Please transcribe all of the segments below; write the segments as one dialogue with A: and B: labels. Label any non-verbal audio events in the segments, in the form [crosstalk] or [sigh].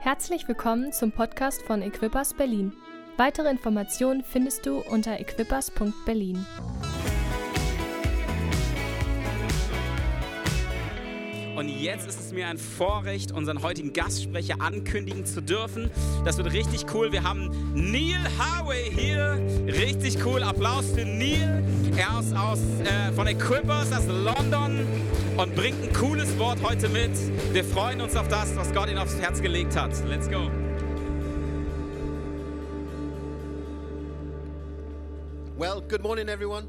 A: Herzlich willkommen zum Podcast von Equippers Berlin. Weitere Informationen findest du unter equippers.berlin.
B: Und jetzt ist es mir ein Vorrecht, unseren heutigen Gastsprecher ankündigen zu dürfen. Das wird richtig cool. Wir haben Neil Harway hier. Richtig cool. Applaus für Neil. Er ist aus, äh, von Equippers aus London und bringt ein cooles Wort heute mit. Wir freuen uns auf das, was Gott ihm aufs Herz gelegt hat. Let's go.
C: Well, good morning, everyone.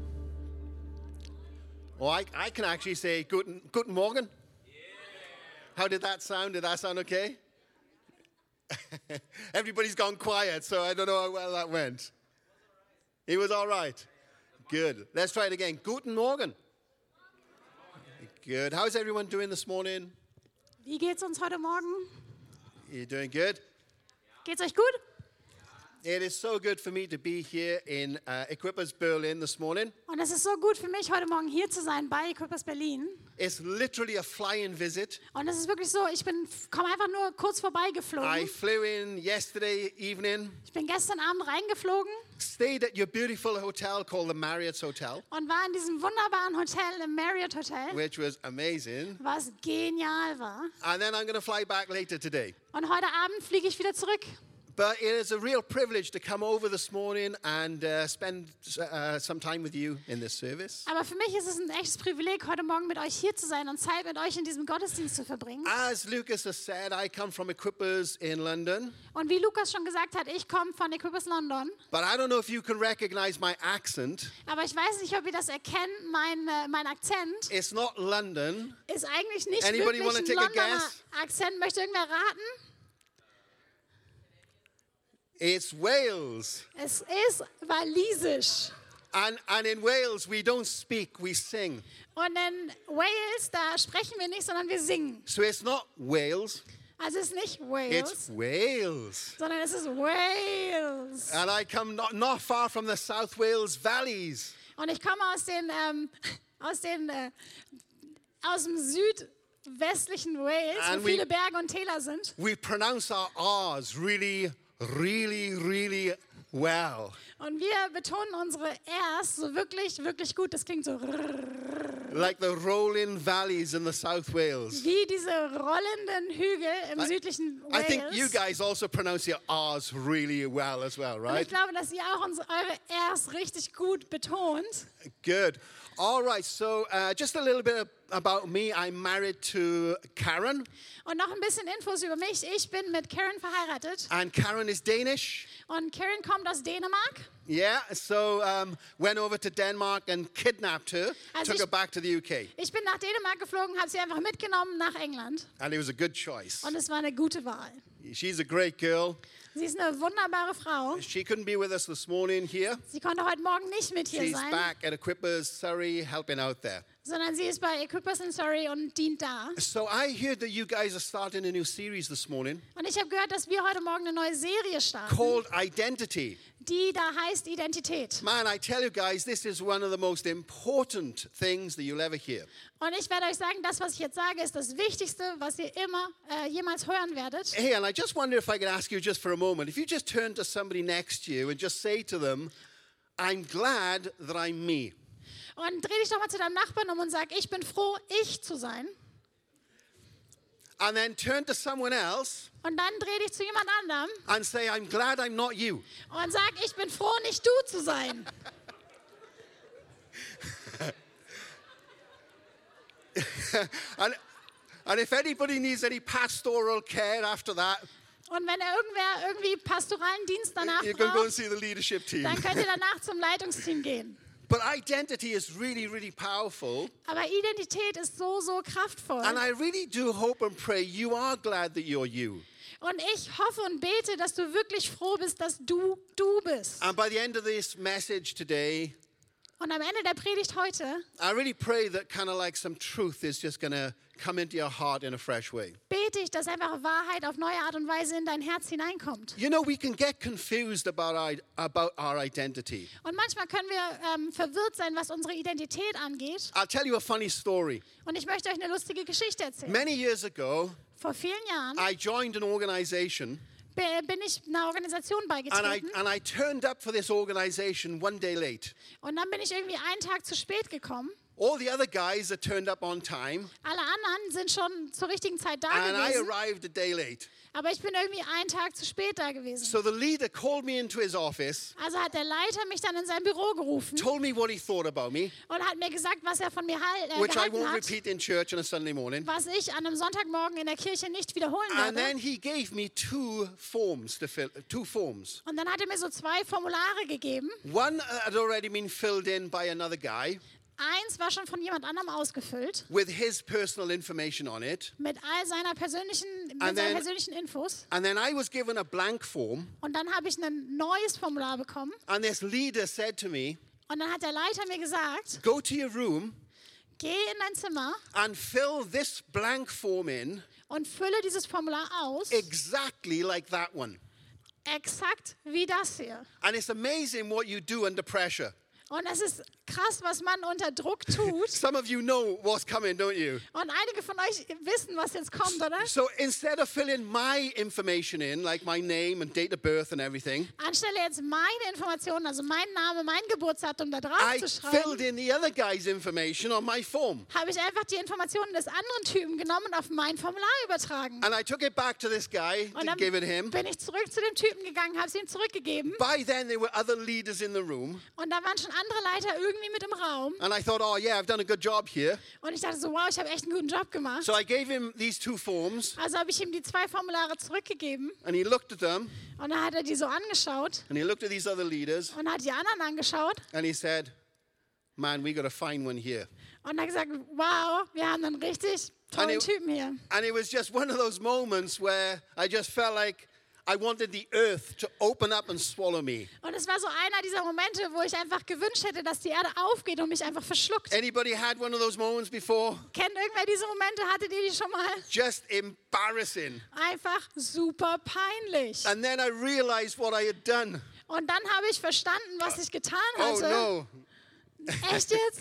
C: Or I, I can actually say guten, guten Morgen. How did that sound? Did that sound okay? [laughs] Everybody's gone quiet, so I don't know how well that went. It was all right. Good. Let's try it again. Guten Morgen. Good. How's everyone doing this morning?
D: Wie geht's uns heute Morgen?
C: You're doing good?
D: Geht's euch gut?
C: It is so good for me to be here in uh, Equippers Berlin this morning.
D: Und es ist so gut für mich, heute Morgen hier zu sein bei Equippers Berlin.
C: It's literally a fly-in visit.
D: Und es ist wirklich so, ich bin komme einfach nur kurz
C: I
D: vorbeigeflogen.
C: flew in yesterday evening,
D: Ich bin gestern Abend reingeflogen
C: stayed at your beautiful hotel called the Marriott's Hotel,
D: und war in diesem wunderbaren Hotel, im Marriott Hotel,
C: which was amazing.
D: was genial war.
C: And then I'm going to fly back later today.
D: Und heute Abend fliege ich wieder zurück.
C: But it is a real privilege to come over this morning and uh, spend uh, some time with you in this service.
D: Aber für mich ist es ein echtes Privileg, heute Morgen mit euch hier zu sein und Zeit mit euch in diesem Gottesdienst zu verbringen.
C: As Lucas has said, I come from Equippers in London,
D: Und wie Lukas schon gesagt hat, ich komme von Equippers London.
C: but I don't know if you can recognize my accent.
D: Aber ich weiß nicht, ob ihr das erkennt, mein, äh, mein Akzent.
C: It's not London.
D: ist eigentlich nicht
C: Anybody wanna
D: wirklich ein
C: take a
D: Londoner
C: guess?
D: Akzent. Möchte irgendwer raten?
C: It's Wales.
D: Es ist walisisch.
C: And, and in Wales, we don't speak, we sing.
D: Und in Wales, da sprechen wir nicht, sondern wir singen.
C: So it's not Wales,
D: Also es ist nicht
C: it's
D: Wales,
C: Wales.
D: sondern es ist Wales.
C: And I come not, not far from the South Wales valleys.
D: Und ich komme aus den, ähm, [laughs] aus den, äh, aus dem südwestlichen Wales,
C: And
D: wo
C: we-
D: viele Berge und Täler sind.
C: we pronounce our R's really, really, really well.
D: Und wir betonen unsere R's so wirklich, wirklich gut. Das klingt so
C: Like the rolling valleys in the South Wales.
D: wie diese rollenden Hügel im südlichen
C: I
D: Wales.
C: think you guys also pronounce your R's really well as well,
D: Und
C: right?
D: ich glaube, dass ihr auch unsere, eure R's richtig gut betont.
C: Good. All right, so uh, just a little bit about me. I'm married to Karen,
D: Und noch ein bisschen Infos über mich. Ich bin mit Karen verheiratet
C: and Karen is Danish.
D: und Karen kommt aus Dänemark.
C: Yeah, so um, went over to Denmark and kidnapped her,
D: Also
C: took
D: ich-
C: her back to the UK,
D: Ich bin nach Dänemark geflogen, habe sie einfach mitgenommen nach England
C: and it was a good choice.
D: und es war eine gute Wahl.
C: She's a great girl.
D: Sie ist eine wunderbare Frau.
C: She couldn't be with us this morning here.
D: Sie konnte heute Morgen nicht mit hier
C: She's
D: sein,
C: back at Equippers, Surrey, helping out there.
D: sondern sie ist bei Equippers in Surrey und dient da.
C: So I hear that you guys are starting a new series this morning
D: Und ich habe gehört, dass wir heute Morgen eine neue Serie starten,
C: called Identity.
D: die da heißt Identität.
C: Man, I tell you guys, this is one of the most important things that you'll ever hear.
D: Und ich werde euch sagen, das, was ich jetzt sage, ist das Wichtigste, was ihr immer äh, jemals hören werdet.
C: Hey, and I just wonder if I could ask you just for a moment if you just turn to somebody next to you and just say to them, I'm glad that I'm me.
D: Und dreh dich doch mal zu deinem Nachbarn um und sag, ich bin froh, ich zu sein.
C: And then turn to someone else
D: Und dann dreh dich zu jemand anderem
C: and say, I'm glad I'm not you.
D: und sag, ich bin froh, nicht du zu sein.
C: And, and if anybody needs any pastoral care after that,
D: Und wenn irgendwer irgendwie pastoralen Dienst danach
C: you can go and
D: braucht,
C: see the leadership team.
D: dann könnt ihr danach zum Leitungsteam gehen.
C: But identity is really, really powerful.
D: Aber Identität ist so, so kraftvoll.
C: And I really do hope and pray you are glad that you're you.
D: Und ich hoffe und bete, dass du wirklich froh bist, dass du du bist.
C: And by the end of this message today,
D: Und am Ende der Predigt heute
C: I really pray that kind of like some truth is just going to come into your heart in a fresh way.
D: bete ich, dass einfach Wahrheit auf neue Art und Weise in dein Herz hineinkommt.
C: You know, we can get confused about our, about our identity.
D: Und manchmal können wir ähm, verwirrt sein, was unsere Identität angeht.
C: I'll tell you a funny story.
D: Und ich möchte euch eine lustige Geschichte erzählen.
C: Many years ago,
D: Vor vielen Jahren
C: I joined an organization
D: be- bin ich einer Organisation
C: and I,
D: beigetreten
C: and I turned up for this organization one day late.
D: und dann bin ich irgendwie einen Tag zu spät gekommen.
C: All the other guys had turned up on time
D: Alle anderen sind schon zur richtigen Zeit da
C: and I
D: gewesen,
C: arrived a day late.
D: aber ich bin irgendwie einen Tag zu spät da gewesen.
C: So the leader called me into his office,
D: Also hat der Leiter mich dann in sein Büro gerufen
C: told me what he thought about me,
D: und hat mir gesagt, was er von mir halt, äh,
C: which I
D: gehalten
C: won't
D: hat,
C: repeat in church on a Sunday morning.
D: was ich an einem Sonntagmorgen in der Kirche nicht wiederholen
C: And
D: werde.
C: then he gave me two forms to fill, two forms.
D: Und dann hat er mir so zwei Formulare gegeben.
C: One uh, had already been filled in by another guy
D: Eins war schon von jemand anderem ausgefüllt
C: with his personal information on it.
D: mit all seiner persönlichen, mit
C: And
D: seinen
C: then-
D: persönlichen Infos.
C: And then I was given a blank form,
D: Und dann habe ich ein neues Formular bekommen.
C: and this leader said to me,
D: Und dann hat der Leiter mir gesagt,
C: Go to your room
D: geh in dein Zimmer
C: and fill this blank form in
D: und fülle dieses Formular aus,
C: exactly like that one.
D: exakt wie das hier.
C: And it's amazing what you do under pressure.
D: Und es ist krass, was man
C: [laughs]
D: unter Druck tut.
C: Some of you know what's coming, don't you?
D: Und einige von euch wissen, was jetzt kommt, oder?
C: So instead of filling my information in, like my name and date of birth and everything,
D: Anstelle jetzt meine Informationen, also mein Name, mein Geburtsdatum da drauf
C: I
D: zu
C: filled
D: schreiben,
C: in the other guy's information on my form.
D: habe ich einfach die Informationen des anderen Typen genommen und auf mein Formular übertragen.
C: And I took it back to this guy
D: Und
C: to
D: dann
C: give it him.
D: bin ich zurück zu dem Typen gegangen, habe es ihm zurückgegeben.
C: By then, there were other leaders in the room.
D: Und da waren schon andere Leiter irgendwie mit im Raum.
C: And I thought, oh, yeah, I've done a good job here.
D: Und ich dachte so, wow, ich habe echt einen guten Job gemacht.
C: So I gave him these two forms,
D: Also habe ich ihm die zwei Formulare zurückgegeben.
C: and he looked at them,
D: Und dann hat er die so angeschaut
C: and he looked at these other leaders,
D: und hat die anderen angeschaut.
C: and he said, man, we got to find one here.
D: Und hat gesagt, wow, wir haben einen richtig tollen
C: Eine-
D: Typen hier.
C: And it was just one of those moments where I just felt like I wanted the earth to open up and swallow me.
D: Und es war so einer dieser Momente, wo ich einfach gewünscht hätte, dass die Erde aufgeht und mich einfach verschluckt.
C: Anybody had one of those moments before?
D: Kennt irgendwer diese Momente? Hattet ihr die schon mal?
C: Just embarrassing.
D: Einfach super peinlich.
C: And then I realized what I had done.
D: Und dann habe ich verstanden, was ich getan
C: Oh
D: hatte.
C: no.
D: Echt jetzt?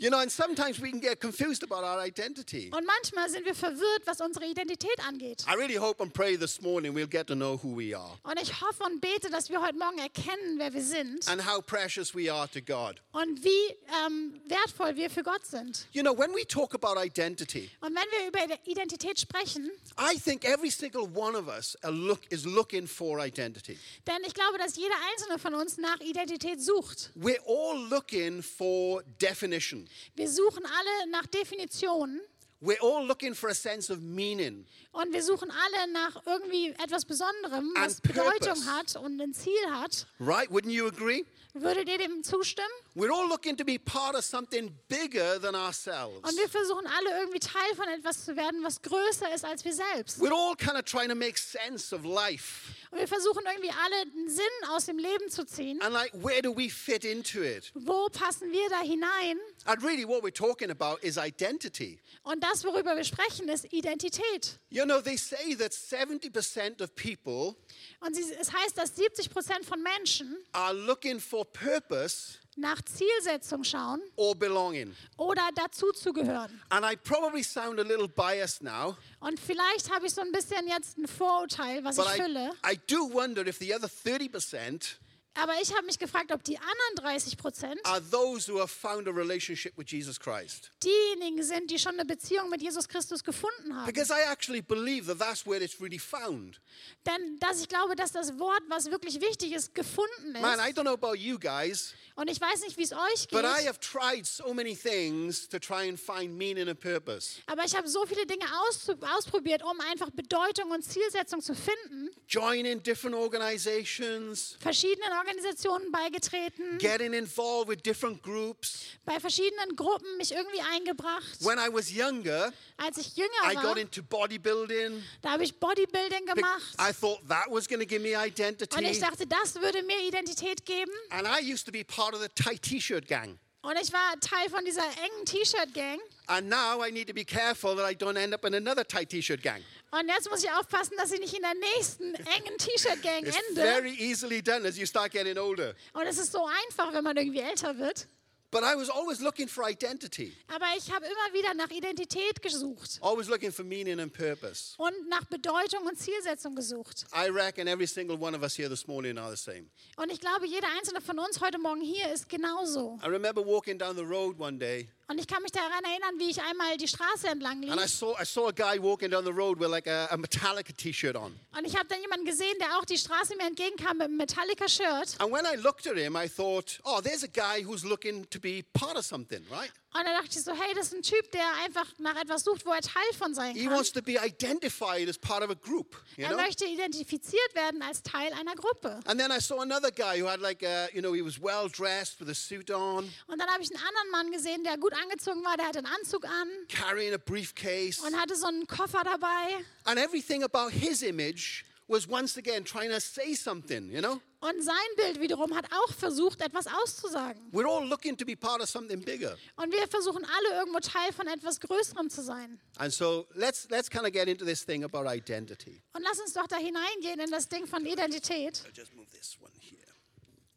C: You know, and sometimes we can get confused about our identity.
D: Und manchmal sind wir verwirrt, was unsere Identität angeht.
C: I really hope and pray this morning we'll get to know who we are
D: Und ich hoffe und bete, dass wir heute Morgen erkennen, wer wir sind
C: and how precious we are to God.
D: und wie ähm, wertvoll wir für Gott sind.
C: You know, when we talk about identity,
D: Und wenn wir über Identität sprechen,
C: I think every single one of us are look, is looking for identity.
D: denn ich glaube, dass jeder Einzelne von uns nach Identität sucht.
C: We're all looking for definition.
D: Wir suchen alle nach Definitionen
C: We're all looking for a sense of meaning.
D: und wir suchen alle nach irgendwie etwas Besonderem, was
C: And purpose.
D: Bedeutung hat und ein Ziel hat.
C: Right? Wouldn't you agree?
D: Würdet ihr dem zustimmen?
C: We're all looking to be part of something bigger than ourselves.
D: Und wir versuchen alle irgendwie Teil von etwas zu werden, was größer ist als wir selbst.
C: We're all kind of trying to make sense of life
D: Und wir versuchen irgendwie alle einen Sinn aus dem Leben zu ziehen.
C: and like where do we fit into it?
D: Wo passen wir da hinein?
C: And really what we're talking about is identity.
D: Und das, worüber wir sprechen, ist Identität.
C: You know, they say that 70% of people
D: Und sie, es heißt, dass 70 Prozent von Menschen
C: are looking for purpose
D: nach Zielsetzung schauen
C: or belonging.
D: oder dazuzugehören.
C: And I probably sound a little biased now,
D: Und vielleicht habe ich so ein bisschen jetzt ein Vorurteil, was ich
C: but I,
D: fülle.
C: I do wonder if the other 30%
D: Aber ich habe mich gefragt, ob die anderen 30 Prozent
C: are those who have found a relationship with Jesus Christ.
D: diejenigen sind, die schon eine Beziehung mit Jesus Christus gefunden haben.
C: Because I actually believe that that's where it's really found.
D: Denn dass ich glaube, dass das Wort, was wirklich wichtig ist, gefunden ist.
C: Man, I don't know about you guys,
D: Und ich weiß nicht, wie es euch
C: but I
D: geht.
C: have tried so many things to try and find meaning and purpose.
D: Aber ich habe so viele Dinge auszu- ausprobiert, um einfach Bedeutung und Zielsetzung zu finden.
C: Joining different organizations,
D: Verschiedenen Organisationen beigetreten,
C: getting involved with different groups.
D: bei verschiedenen Gruppen mich irgendwie eingebracht.
C: When I was younger,
D: Als ich jünger
C: I
D: war,
C: got into bodybuilding.
D: da habe ich Bodybuilding
C: Be-
D: gemacht.
C: I thought that was going to give me
D: Und ich
C: identity.
D: dachte, das würde mir Identität geben.
C: And I used to be part of the tight t shirt gang.
D: Und ich war Teil von dieser engen T-Shirt-Gang.
C: And now I need to be careful that I don't end up in another tight t shirt gang.
D: Und jetzt muss ich aufpassen, dass ich nicht in der nächsten engen T-Shirt-Gang
C: It's
D: ende.
C: very easily done as you start getting older.
D: Und es ist so einfach, wenn man irgendwie älter wird.
C: But I was always looking for identity,
D: Aber ich habe immer wieder nach Identität gesucht
C: always looking for meaning and purpose.
D: und nach Bedeutung und Zielsetzung gesucht.
C: I reckon every single one of us here this morning are the same.
D: Und ich glaube, jeder einzelne von uns heute Morgen hier ist genauso.
C: I remember walking down the road one day
D: Und ich kann mich daran erinnern, wie ich einmal die Straße entlang lief.
C: and I saw, I saw a guy walking down the road with like a, a Metallica t shirt on.
D: Und ich habe dann jemanden gesehen, der auch die Straße mir entgegenkam mit einem Metallica-Shirt.
C: And when I looked at him, I thought, oh, there's a guy who's looking to be part of something, right?
D: Und da dachte ich so, hey, das ist ein Typ, der einfach nach etwas sucht, wo er Teil von sein
C: He
D: kann.
C: wants to be identified as part of a group, you
D: Er
C: know?
D: möchte identifiziert werden als Teil einer Gruppe.
C: And then I saw another guy who had like a, you know, he was well dressed with a suit on,
D: Und dann habe ich einen anderen Mann gesehen, der gut angezogen war, der hatte einen Anzug an
C: carrying a briefcase.
D: und hatte so einen Koffer dabei.
C: And everything about his image was once again trying to say something, you know?
D: Und sein Bild wiederum hat auch versucht, etwas auszusagen.
C: We're all looking to be part of something bigger.
D: Und wir versuchen alle irgendwo Teil von etwas Größerem zu sein.
C: And so let's let's kind of get into this thing about identity.
D: Und lass uns doch da hineingehen in das Ding von Identität.
C: I'll just move this one here.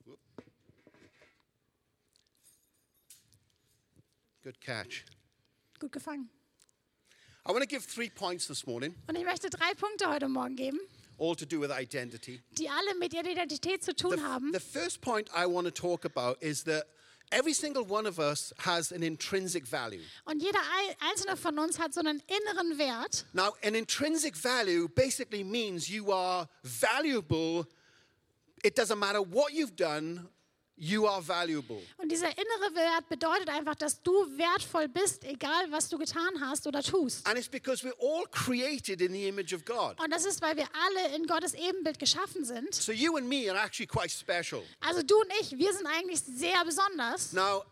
C: Whoop. Good catch.
D: Gut gefangen.
C: I want to give three points this morning,
D: Und ich möchte drei Punkte heute Morgen geben,
C: all to do with identity.
D: die alle mit ihrer Identität zu tun
C: The,
D: haben.
C: the first point I want to talk about is that every single one of us has an intrinsic value.
D: Und jeder ei- einzelne von uns hat so einen inneren Wert.
C: Now, an intrinsic value basically means you are valuable. It doesn't matter what you've done, you are valuable.
D: Und dieser innere Wert bedeutet einfach, dass du wertvoll bist, egal was du getan hast oder tust.
C: And it's because we're all created in the image of God.
D: Und das ist, weil wir alle in Gottes Ebenbild geschaffen sind.
C: So you and me are actually quite special.
D: Also du und ich, wir sind eigentlich sehr besonders.
C: Now,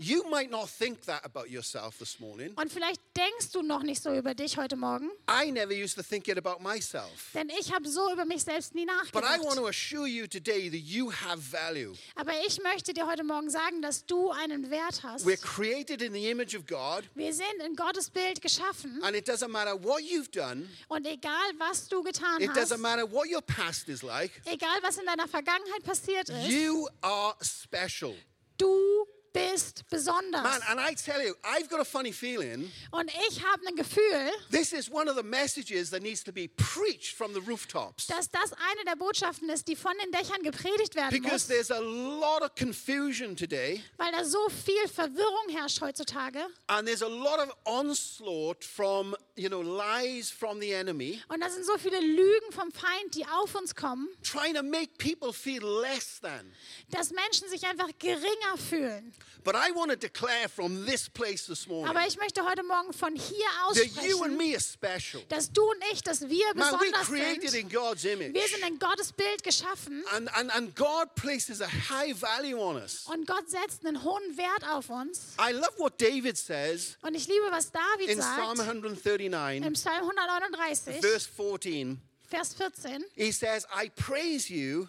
C: you might not think that about yourself this morning.
D: Und vielleicht denkst du noch nicht so über dich heute Morgen,
C: I never used to think it about myself.
D: denn ich habe so über mich selbst nie
C: But I want
D: nachgedacht.
C: to assure you today that you have value.
D: Aber ich möchte dir heute Morgen sagen, dass du einen Wert hast.
C: We're created in the image of God,
D: Wir sind in Gottes Bild geschaffen
C: and it doesn't matter what you've done,
D: und egal was du getan
C: it
D: hast,
C: doesn't matter what your past is like,
D: egal was in deiner Vergangenheit passiert ist,
C: you are special.
D: du bist besonders.
C: Man, and I tell you, I've got a funny feeling
D: Und ich habe ein Gefühl,
C: this is one of the messages that needs to be preached from the rooftops.
D: dass das eine der Botschaften ist, die von den Dächern gepredigt werden
C: Because
D: muss,
C: there's a lot of confusion today,
D: weil da so viel Verwirrung herrscht heutzutage
C: and there's a lot of onslaught from, you know, lies from the enemy,
D: und da sind so viele Lügen vom Feind, die auf uns kommen,
C: trying to make people feel less than.
D: dass Menschen sich einfach geringer fühlen.
C: But I want to declare from this place this morning
D: Aber ich möchte heute Morgen von hier aus
C: Oh that you and
D: sprechen,
C: me are special.
D: dass du und ich, dass wir
C: Man, we're
D: besonders
C: created
D: sind.
C: in God's image.
D: Wir sind in Gottes Bild geschaffen
C: And, and, and God places a high value on us.
D: und Gott setzt einen hohen Wert auf uns.
C: I love what David says
D: Und ich liebe, was David
C: in Psalm
D: sagt
C: 139,
D: im Psalm 139,
C: verse 14.
D: Vers 14.
C: He says, I praise you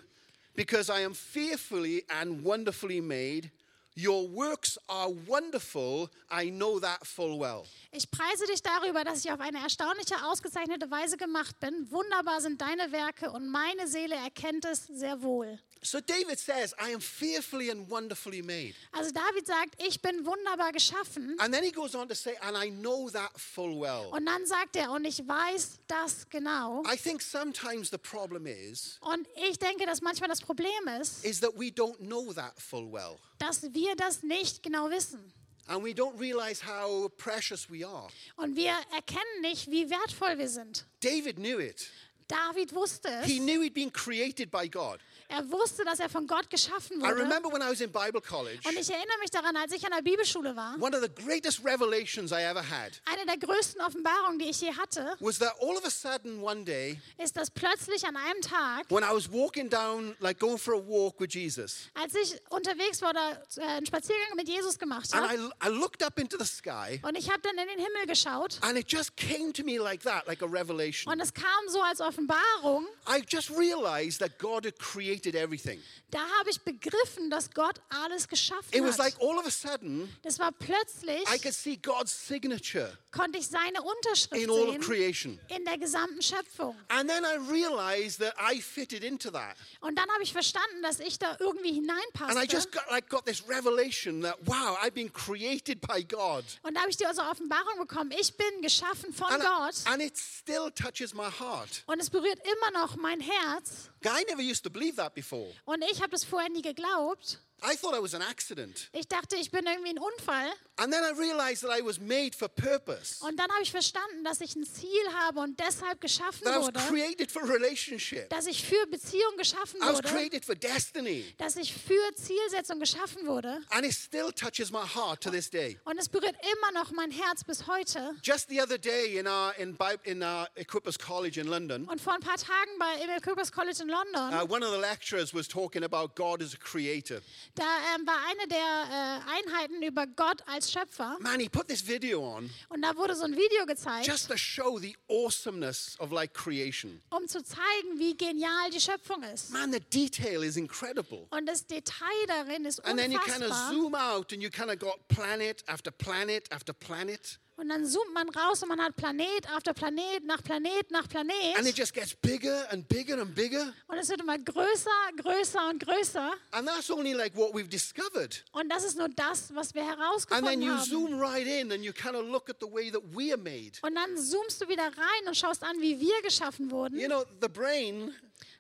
C: because I am fearfully and wonderfully made. Your works are wonderful. I know that full well.
D: Ich preise dich darüber, dass ich auf eine erstaunliche, ausgezeichnete Weise gemacht bin. Wunderbar sind deine Werke und meine Seele erkennt es sehr wohl.
C: So David says, I am fearfully and wonderfully made.
D: Also David sagt, ich bin wunderbar geschaffen.
C: And then he goes on to say, and I know that full well.
D: Und dann sagt er, und ich weiß das genau.
C: I think sometimes the problem is
D: Und ich denke, dass manchmal das Problem ist,
C: is that we don't know that full well.
D: dass wir das nicht genau wissen.
C: And we don't realize how precious we are.
D: Und wir erkennen nicht, wie wertvoll wir sind.
C: David knew it.
D: David wusste
C: He
D: es.
C: knew he'd been created by God.
D: Er wusste, dass er von Gott geschaffen
C: I
D: wurde.
C: remember when I was in Bible college,
D: Und ich erinnere mich daran, als ich an der Bibelschule war,
C: one of the greatest revelations I ever had
D: eine der größten Offenbarungen, die ich je hatte,
C: was that all of a sudden one day,
D: ist, dass plötzlich an einem Tag,
C: when I was walking down, like going for a walk with Jesus,
D: als ich unterwegs war oder äh, einen Spaziergang mit Jesus gemacht
C: and
D: habe,
C: I, I looked up into the sky,
D: und ich habe dann in den Himmel geschaut,
C: and it just came to me like that, like a revelation.
D: und es kam so als Offenbarung,
C: I just realized that God had created everything.
D: da habe ich begriffen, dass Gott alles geschaffen
C: It was
D: hat.
C: like all of a sudden,
D: das war plötzlich,
C: I could see God's signature
D: konnte ich seine Unterschrift
C: in all of
D: sehen
C: creation.
D: in der gesamten Schöpfung.
C: And then I realized that I fitted into that.
D: Und dann habe ich verstanden, dass ich da irgendwie
C: And I
D: hineinpasse.
C: just got like got this revelation that wow, I've been created by God.
D: Und da habe ich diese Offenbarung bekommen, ich bin geschaffen von
C: And, I-
D: Gott.
C: and it still touches my heart.
D: Und es berührt immer noch mein Herz.
C: I never used to believe that before.
D: Und ich habe das vorher nie geglaubt.
C: I thought I was an accident.
D: Ich dachte, ich bin irgendwie ein Unfall.
C: And then I realized that I was made for purpose.
D: Und dann habe ich verstanden, dass ich ein Ziel habe und deshalb geschaffen
C: That I was
D: wurde.
C: created for relationship.
D: Dass ich für Beziehung geschaffen
C: I was
D: wurde.
C: created for destiny.
D: Dass ich für Zielsetzung geschaffen wurde.
C: And it still touches my heart to this day.
D: Und es berührt immer noch mein Herz bis heute.
C: Just the other day in our in, Bi- in our Equippers College in London,
D: Und vor ein paar Tagen bei Emil Köpers College in London,
C: uh, one of the lecturers was talking about God as a creator.
D: da ähm, war eine der äh, Einheiten über Gott als Schöpfer.
C: Man, he put this video on
D: Und da wurde so ein Video gezeigt,
C: just to show the awesomeness of like creation.
D: um zu zeigen, wie genial die Schöpfung ist.
C: Man, the detail is incredible.
D: Und das Detail darin ist
C: And then you kind of
D: unfassbar.
C: zoom out and you kind of got planet after planet after planet.
D: Und dann zoomt man raus und man hat Planet auf der Planet nach Planet nach
C: And it
D: Planet.
C: just gets bigger and bigger and bigger.
D: Und es wird immer größer, größer und größer.
C: And that's only like what we've discovered.
D: Und das ist nur das, was wir
C: And then
D: herausgefunden
C: you
D: haben.
C: zoom right in and you kind of look at the way that we are made.
D: Und dann zoomst du wieder rein und schaust an, wie wir geschaffen wurden.
C: You know, the brain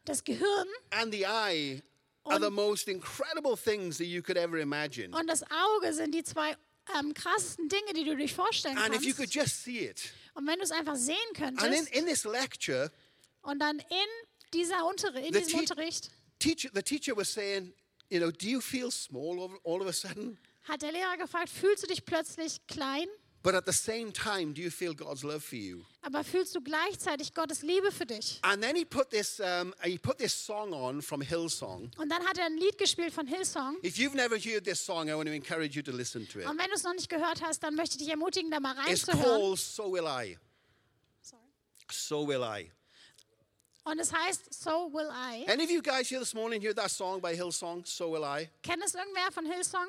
D: Das Gehirn
C: and the eye are the most incredible things that you could ever imagine.
D: und das Auge sind die zwei ähm, krassesten Dinge, die du dir vorstellen
C: And if you could
D: kannst.
C: just see it.
D: Und wenn du es einfach sehen
C: And in,
D: könntest
C: in this lecture,
D: und dann in, dieser Unterri in
C: The
D: diesem
C: tea-
D: Unterricht
C: teacher, the teacher was saying, you know, do you feel small all, all of a sudden?
D: hat der Lehrer gefragt, fühlst du dich plötzlich klein?
C: But at the same time, do you feel God's love for you?
D: aber fühlst du gleichzeitig Gottes Liebe für dich?
C: And then he put this, um, he put this song on from Hillsong.
D: Und dann hat er ein Lied gespielt von Hillsong.
C: If you've never heard this song, I want to encourage you to listen to it.
D: Und wenn du es noch nicht gehört hast, dann möchte ich dich ermutigen, da mal
C: It's
D: reinzuhören.
C: called So Will I.
D: Sorry.
C: So Will I.
D: Und es heißt So Will I.
C: Any of you guys here this morning hear that song by Hillsong, So Will I?
D: Kennt es irgendwer von Hillsong?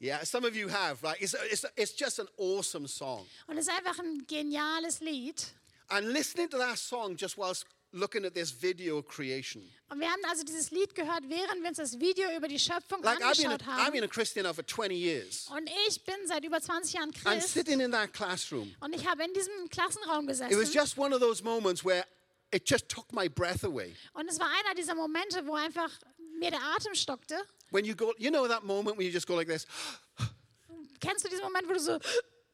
C: Yeah, some of you have, right? It's, it's, it's just an awesome song.
D: Und es ist einfach ein geniales Lied.
C: And listening to that song just whilst looking at this video of creation.
D: Und wir haben also dieses Lied gehört, während wir uns das Video über die Schöpfung
C: Like, I've been, a,
D: angeschaut
C: I've
D: haben.
C: been a Christian now for 20 years.
D: Und ich bin seit über 20 Jahren
C: And
D: Christ.
C: sitting in that classroom,
D: Und ich habe in diesem Klassenraum
C: it was
D: gesessen.
C: just one of those moments where it just took my breath away.
D: Und es war einer dieser Momente, wo einfach mir der Atem stockte.
C: When you go, you know that moment when you just go like this,
D: Kennst du diesen Moment, wo du so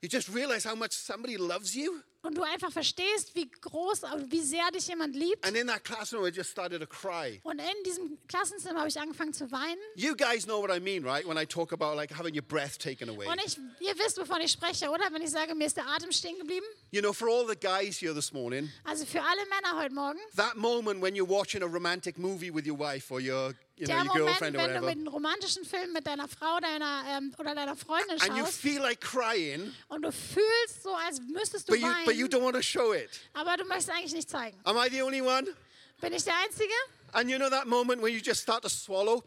C: you just realize how much somebody loves you.
D: und du einfach verstehst, wie groß, also wie sehr dich jemand liebt.
C: And in that classroom, I just started to cry.
D: Und in diesem Klassenzimmer habe ich angefangen zu weinen.
C: You guys know what I mean, right? When I talk about like having your breath taken away.
D: Und ich, ihr wisst, wovon ich spreche, oder? Wenn ich sage, mir ist der Atem stehen geblieben.
C: You know, for all the guys here this morning,
D: Also für alle Männer heute Morgen.
C: that moment when you're watching a romantic movie with your wife or your, you know,
D: Der
C: your
D: Moment,
C: girlfriend
D: wenn
C: or
D: du
C: whatever,
D: mit einem romantischen Film mit deiner Frau deiner, ähm, oder deiner Freundin
C: and you
D: schaust
C: feel like crying,
D: und du fühlst so, als müsstest du
C: but you but you
D: weinen,
C: don't want to show it.
D: aber du möchtest eigentlich nicht zeigen.
C: Am I the only one?
D: Bin ich der Einzige?
C: And you know that moment when you just start to swallow,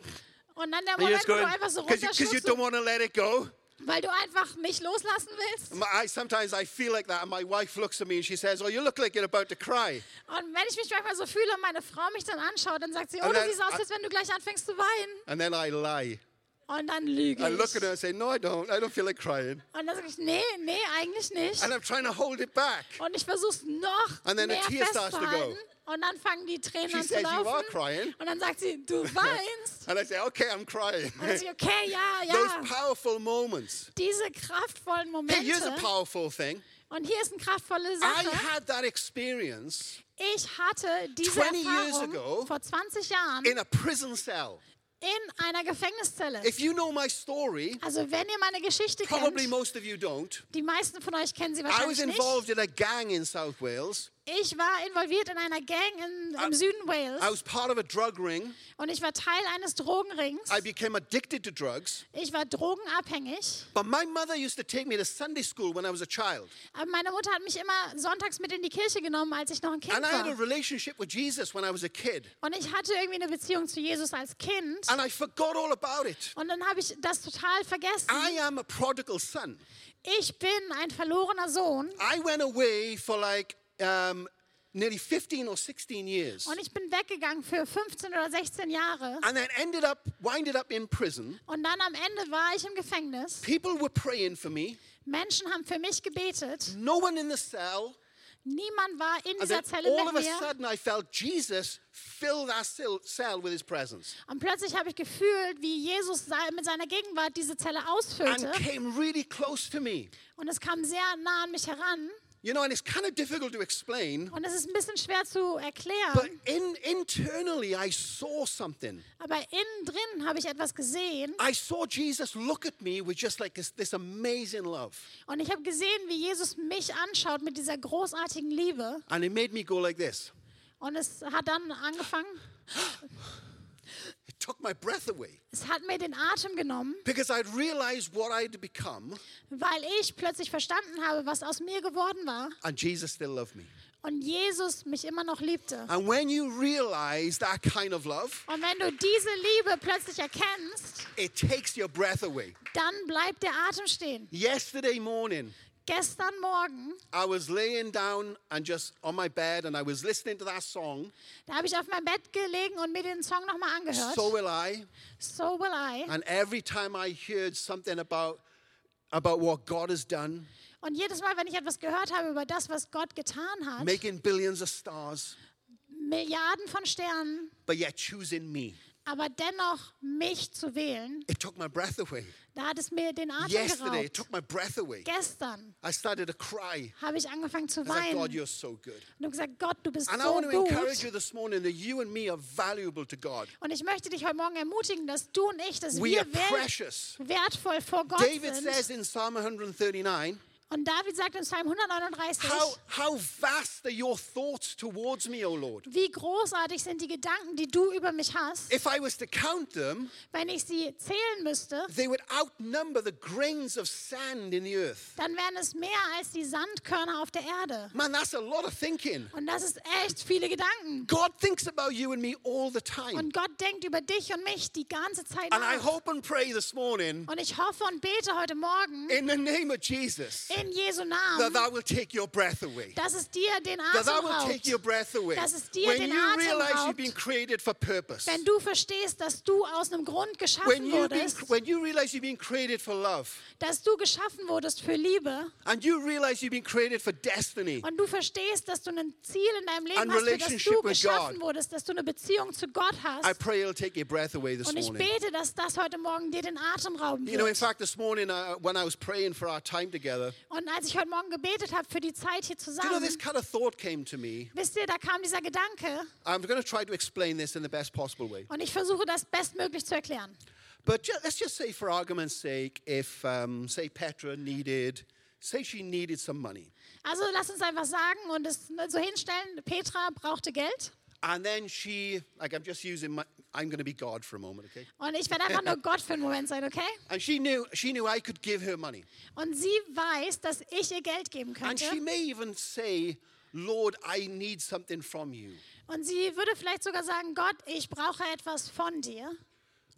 D: Und dann der
C: and you're
D: Moment,
C: just
D: wo du
C: going
D: einfach so
C: because you,
D: runterschluckst,
C: don't want to let it go.
D: weil du einfach nicht loslassen willst.
C: My- I, sometimes I feel like that, and my wife looks at me and she says, "Oh, you look like you're about to cry."
D: Und wenn ich mich manchmal so fühle und meine Frau mich dann anschaut, dann sagt sie, oh,
C: Und Also
D: du
C: dann- ah.
D: siehst aus, als wenn du gleich anfängst zu weinen.
C: And then I lie.
D: Und dann lüge
C: I
D: ich.
C: Ah, look at her and say, "No, I don't. I don't feel like crying."
D: Und dann sage ich, nee, nee, eigentlich nicht.
C: And I'm trying to hold it back.
D: Und ich versuche es noch
C: And then the
D: mehr
C: tear starts to go.
D: festzuhalten. Und dann fangen die Tränen
C: She
D: an zu
C: says, "You are
D: laufen.
C: crying."
D: Und dann sagt
C: [laughs]
D: sie, du weinst.
C: And I say, "Okay, I'm crying."
D: Und dann sage ich, okay, ja, ja.
C: Those powerful moments.
D: Diese kraftvollen
C: Hey, here's a
D: Momente.
C: powerful thing.
D: Und hier ist eine kraftvolle
C: I
D: Sache.
C: had that experience
D: Ich hatte diese
C: 20 years
D: Erfahrung
C: ago
D: vor 20 Jahren
C: in a prison cell.
D: in einer Gefängniszelle.
C: If you know my story,
D: Also wenn ihr meine Geschichte
C: probably
D: kennt,
C: most of you don't.
D: die meisten von euch kennen sie
C: I was
D: wahrscheinlich nicht.
C: involved in a gang in South Wales,
D: Ich war involviert in einer Gang in, im Süden
C: I
D: Wales
C: was part of a drug ring.
D: und ich war Teil eines Drogenrings.
C: I became addicted to drugs.
D: Ich war drogenabhängig.
C: But my mother used to take me to Sunday school when I was a child.
D: Aber meine Mutter hat mich immer sonntags mit in die Kirche genommen, als ich noch ein Kind
C: And I had a
D: war.
C: relationship with Jesus when I was a kid.
D: Und ich hatte irgendwie eine Beziehung zu Jesus als Kind.
C: And I forgot all about it.
D: Und dann habe ich das total
C: I
D: vergessen.
C: am a prodigal son.
D: Ich bin ein verlorener Sohn
C: I went away for like um, nearly 15 or 16 years.
D: und ich bin weggegangen für 15 oder 16 Jahre.
C: And then ended up, winded up in prison.
D: Und dann am Ende war ich im Gefängnis.
C: People were praying for me.
D: Menschen haben für mich gebetet.
C: No one in the cell.
D: Niemand war in
C: And then
D: dieser Zelle
C: all of
D: mit
C: a
D: mir.
C: sudden, I felt Jesus fill that cell, cell with his presence
D: Und plötzlich habe ich gefühlt, wie Jesus sei- mit seiner Gegenwart diese Zelle ausfüllte.
C: and came really close to me.
D: Und es kam sehr nah an mich heran.
C: You know, and it's kind of difficult to explain,
D: Und es ist ein bisschen schwer zu
C: but
D: erklären.
C: in, internally, I saw something.
D: Aber innen drin habe ich etwas gesehen.
C: I saw Jesus look at me with just like this, this amazing love.
D: Und ich habe gesehen, wie Jesus mich anschaut mit dieser großartigen Liebe.
C: And it made me go like this.
D: Und es hat dann angefangen,
C: It took my breath away
D: es hat mir den Atem genommen,
C: because I'd realized what I'd become,
D: weil ich plötzlich verstanden habe, was aus mir geworden war
C: and Jesus still loved me.
D: und Jesus mich immer noch liebte.
C: And when you realize that kind of love,
D: Und wenn du diese Liebe plötzlich erkennst,
C: it takes your breath away.
D: dann bleibt der Atem stehen.
C: Yesterday morning,
D: Gestern Morgen,
C: I was laying down and just on my bed, and I was listening to that song,
D: da habe ich auf meinem Bett gelegen und mir den Song nochmal angehört.
C: So Will I.
D: So will I.
C: And every time I heard something about, about what God has done,
D: Und jedes Mal, wenn ich etwas gehört habe über das, was Gott getan hat,
C: making billions of stars,
D: Milliarden von Sternen,
C: but yet choosing me,
D: aber dennoch mich zu wählen,
C: it took my breath away.
D: da hat es mir den Atem
C: Yesterday, it
D: geraubt.
C: took my breath away.
D: Gestern
C: I started to cry.
D: habe ich angefangen zu
C: I was like,
D: weinen
C: God,
D: und
C: you're so good.
D: habe gesagt, Gott, du bist
C: And I
D: so
C: want to encourage
D: gut.
C: you this morning that you and me are valuable to God.
D: Und ich möchte dich heute Morgen ermutigen, dass du und ich, dass
C: We are
D: wir wer-
C: precious.
D: wertvoll vor Gott
C: David
D: sind.
C: says in Psalm 139,
D: und David sagt in Psalm 139,
C: how, how vast are your thoughts towards me, O Lord?
D: wie großartig sind die Gedanken, die du über mich hast.
C: If I was to count them,
D: Wenn ich sie zählen müsste,
C: they would outnumber the grains of sand in the earth.
D: dann wären es mehr als die Sandkörner auf der Erde.
C: Man, that's a lot of thinking.
D: Und das ist echt viele Gedanken.
C: God thinks about you and me all the time.
D: Und
C: And
D: Gott denkt über dich und mich die ganze Zeit
C: I Oh,
D: nach.
C: hope and pray this morning,
D: Und ich hoffe und bete heute Morgen
C: in the name of Jesus,
D: in Jesu
C: that
D: Namen,
C: that will take your breath away.
D: dass es dir den
C: That that
D: Atem
C: will take your
D: raubt.
C: breath away.
D: Dass es dir
C: When
D: den
C: you
D: Atem
C: realize you've
D: raubt.
C: been created for purpose.
D: Wenn du verstehst, dass du aus einem Grund
C: When
D: geschaffen
C: you, been,
D: wurdest,
C: when you realize you've been created for love,
D: dass du geschaffen wurdest für Liebe
C: and you realize you've been created for destiny,
D: und du verstehst, dass du ein Ziel in
C: And
D: deinem Leben hast, für das
C: relationship
D: du
C: with
D: geschaffen
C: God.
D: wurdest, dass du eine Beziehung zu Gott
C: I
D: hast.
C: pray it'll take your breath away this
D: Und ich
C: morning.
D: bete, dass das heute Morgen dir den Atem rauben
C: You know, in
D: wird.
C: fact, this morning uh, when I was praying for our time together,
D: Und als ich heute Morgen gebetet habe für die Zeit hier
C: do you know
D: zusammen,
C: this kind of thought came to me?
D: wisst ihr, da kam dieser Gedanke
C: I'm going to try to explain this in the best possible way.
D: und ich versuche das bestmöglich zu erklären.
C: But ju- let's just say, for argument's sake, if, um, say, Petra needed, say she needed some money,
D: Also lass uns einfach sagen und es so hinstellen, Petra brauchte Geld
C: and then she, like, I'm just using my, I'm going to be God for a moment, okay?
D: und ich werde
C: [laughs]
D: einfach nur Gott für einen Moment sein, okay?
C: And she knew, she knew I could give her money,
D: Und sie weiß, dass ich ihr Geld geben
C: and
D: könnte.
C: she may even say, "Lord, I need something from you,"
D: Und sie würde vielleicht sogar sagen, Gott, ich brauche etwas von dir.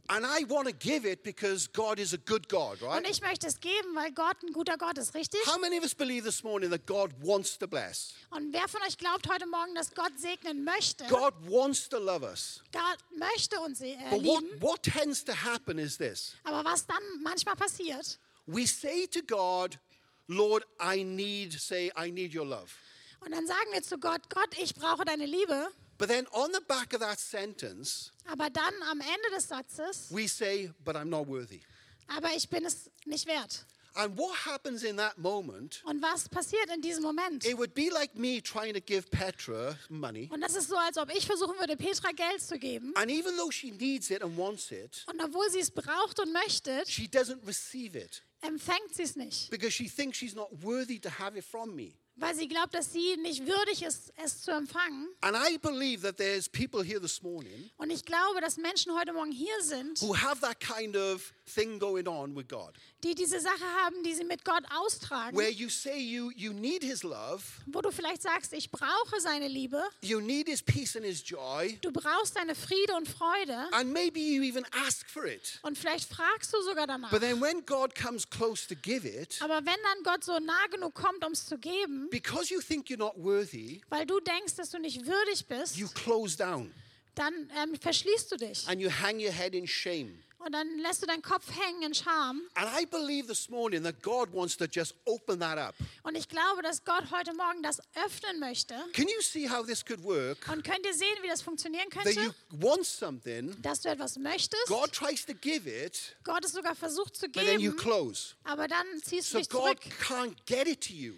C: and I want to give it because God is a good God,
D: Und
C: right?
D: ich möchte es geben, weil Gott ein guter Gott ist, richtig?
C: How many of us believe this morning that God wants to bless?
D: Und wer von euch glaubt heute Morgen, dass Gott segnen möchte?
C: God wants to love us.
D: Gott möchte uns se- äh,
C: But what,
D: lieben.
C: what tends to happen is this
D: Aber was dann manchmal passiert?
C: we say to God, Lord, I need, say, I need your love.
D: Und dann sagen wir zu Gott, Gott, ich brauche deine Liebe.
C: But then on the back of that sentence,
D: Aber dann am Ende des Satzes,
C: we say, but I'm not worthy.
D: aber ich bin es nicht wert.
C: And what happens in that moment,
D: Und was passiert in diesem Moment?
C: it would be like me trying to give Petra money.
D: Und das ist so, als ob ich versuchen würde, Petra Geld zu geben.
C: And even though she needs it and wants it,
D: Und obwohl sie es braucht und möchte,
C: she doesn't receive it
D: empfängt sie es nicht.
C: because she thinks she's not worthy to have it from me.
D: weil sie glaubt, dass sie nicht würdig ist, es zu empfangen.
C: And I believe that there's people here this morning
D: Und ich glaube, dass Menschen heute Morgen hier sind,
C: who have that kind of thing going on with God,
D: die diese Sache haben, die sie mit Gott austragen.
C: where you say you, you need His love,
D: Wo du vielleicht sagst, ich brauche seine Liebe,
C: you need His peace and His joy,
D: du brauchst seine Friede und Freude
C: and maybe you even ask for it.
D: und vielleicht fragst du sogar danach.
C: But then when God comes close to give it,
D: Aber wenn dann Gott so nah genug kommt, um es zu geben,
C: because you think you're not worthy,
D: weil du denkst, dass du nicht würdig bist,
C: you close down
D: dann ähm, verschließt du dich
C: and you hang your head in shame.
D: und dann lässt du deinen Kopf hängen in Scham.
C: And I believe this morning that God wants to just open that up.
D: Und ich glaube, dass Gott heute Morgen das öffnen möchte.
C: Can you see how this could work?
D: Und könnt ihr sehen, wie das funktionieren
C: That you
D: könnte?
C: want something,
D: Dass du etwas möchtest,
C: God tries to give it,
D: Gott es sogar versucht zu
C: but then you
D: geben,
C: close.
D: aber dann ziehst
C: So
D: du dich
C: God
D: zurück.
C: can't get it to you.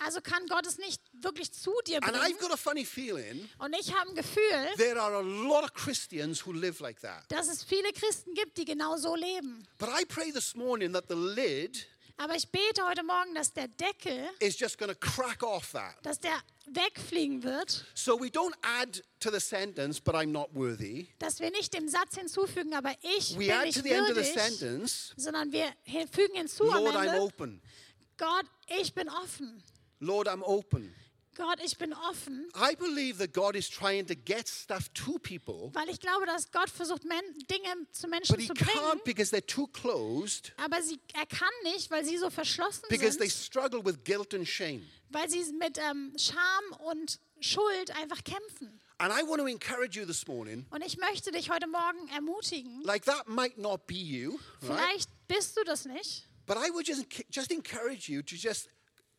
D: Also kann Gott es nicht wirklich zu dir
C: And
D: bringen.
C: I've got a funny feeling
D: Und ich habe ein Gefühl,
C: there are a lot of Christians who live like that.
D: dass es viele Christen gibt, die genau so leben.
C: But I pray this morning that the lid
D: Aber ich bete heute Morgen, dass der Deckel,
C: is just going to crack off that.
D: dass der wegfliegen wird,
C: So we don't add to the sentence, but I'm not worthy.
D: dass wir nicht dem Satz hinzufügen, aber ich
C: We
D: bin
C: add
D: nicht
C: to the end of the
D: würdig,
C: sentence,
D: sondern wir hin- fügen hinzu
C: Lord,
D: am
C: I'm
D: Ende,
C: open.
D: Gott, ich bin offen.
C: Lord, I'm open.
D: Gott, ich bin offen,
C: I believe that God is trying to get stuff to people,
D: weil ich glaube, dass Gott versucht, Men Dinge zu Menschen
C: but He
D: zu bringen,
C: can't because they're too closed,
D: aber sie, er kann nicht, weil sie so verschlossen
C: because they
D: sind,
C: struggle with guilt and shame.
D: weil sie mit ähm, Scham und Schuld einfach kämpfen.
C: And I want to encourage you this morning
D: Und ich möchte dich heute Morgen ermutigen,
C: like that might not be you, right?
D: Vielleicht bist du das nicht,
C: But I would just, just encourage you to just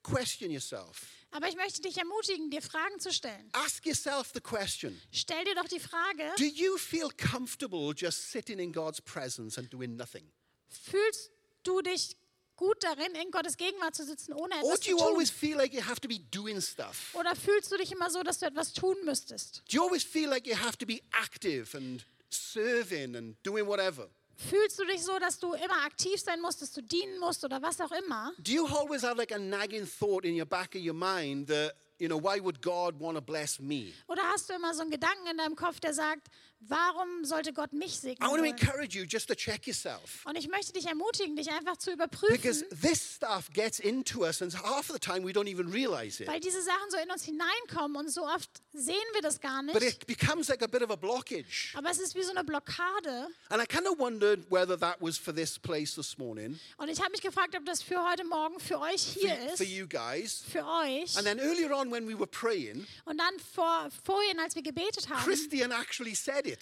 C: question yourself.
D: aber ich möchte dich ermutigen, dir Fragen zu stellen.
C: Ask yourself the question
D: Stell dir doch die Frage,
C: Do you feel comfortable just sitting in God's presence and doing nothing?
D: fühlst du dich gut darin, in Gottes Gegenwart zu sitzen, ohne
C: Or
D: etwas
C: do
D: zu
C: you
D: tun?
C: always feel like you have to be doing stuff?
D: Oder fühlst du dich immer so, dass du etwas tun müsstest?
C: Do you always feel like you have to be active and serving and doing whatever?
D: Fühlst du dich so, dass du immer aktiv sein musst, dass du dienen musst oder was auch immer?
C: Do you always have like a nagging thought in your back of your mind that, you know, why would God want to bless me?
D: Oder hast du immer so einen Gedanken in deinem Kopf, der sagt, warum sollte Gott mich segnen?
C: I want to
D: Wollen?
C: encourage you just to check yourself.
D: Und ich möchte dich ermutigen, dich einfach zu
C: Because
D: überprüfen,
C: this stuff gets into us, and half of the time we don't even realize it.
D: weil diese Sachen so in uns hineinkommen und so oft sehen wir das gar
C: But
D: nicht.
C: it becomes like a bit of a blockage.
D: Aber es ist wie so eine Blockade.
C: And I kind of wondered whether that was for this place this morning,
D: Und ich habe mich gefragt, ob das für heute Morgen für euch
C: for,
D: hier
C: for
D: ist.
C: you guys.
D: Für euch.
C: And then earlier on, when we were praying,
D: Und dann vor, vorhin, als wir gebetet haben,
C: Christian actually said it.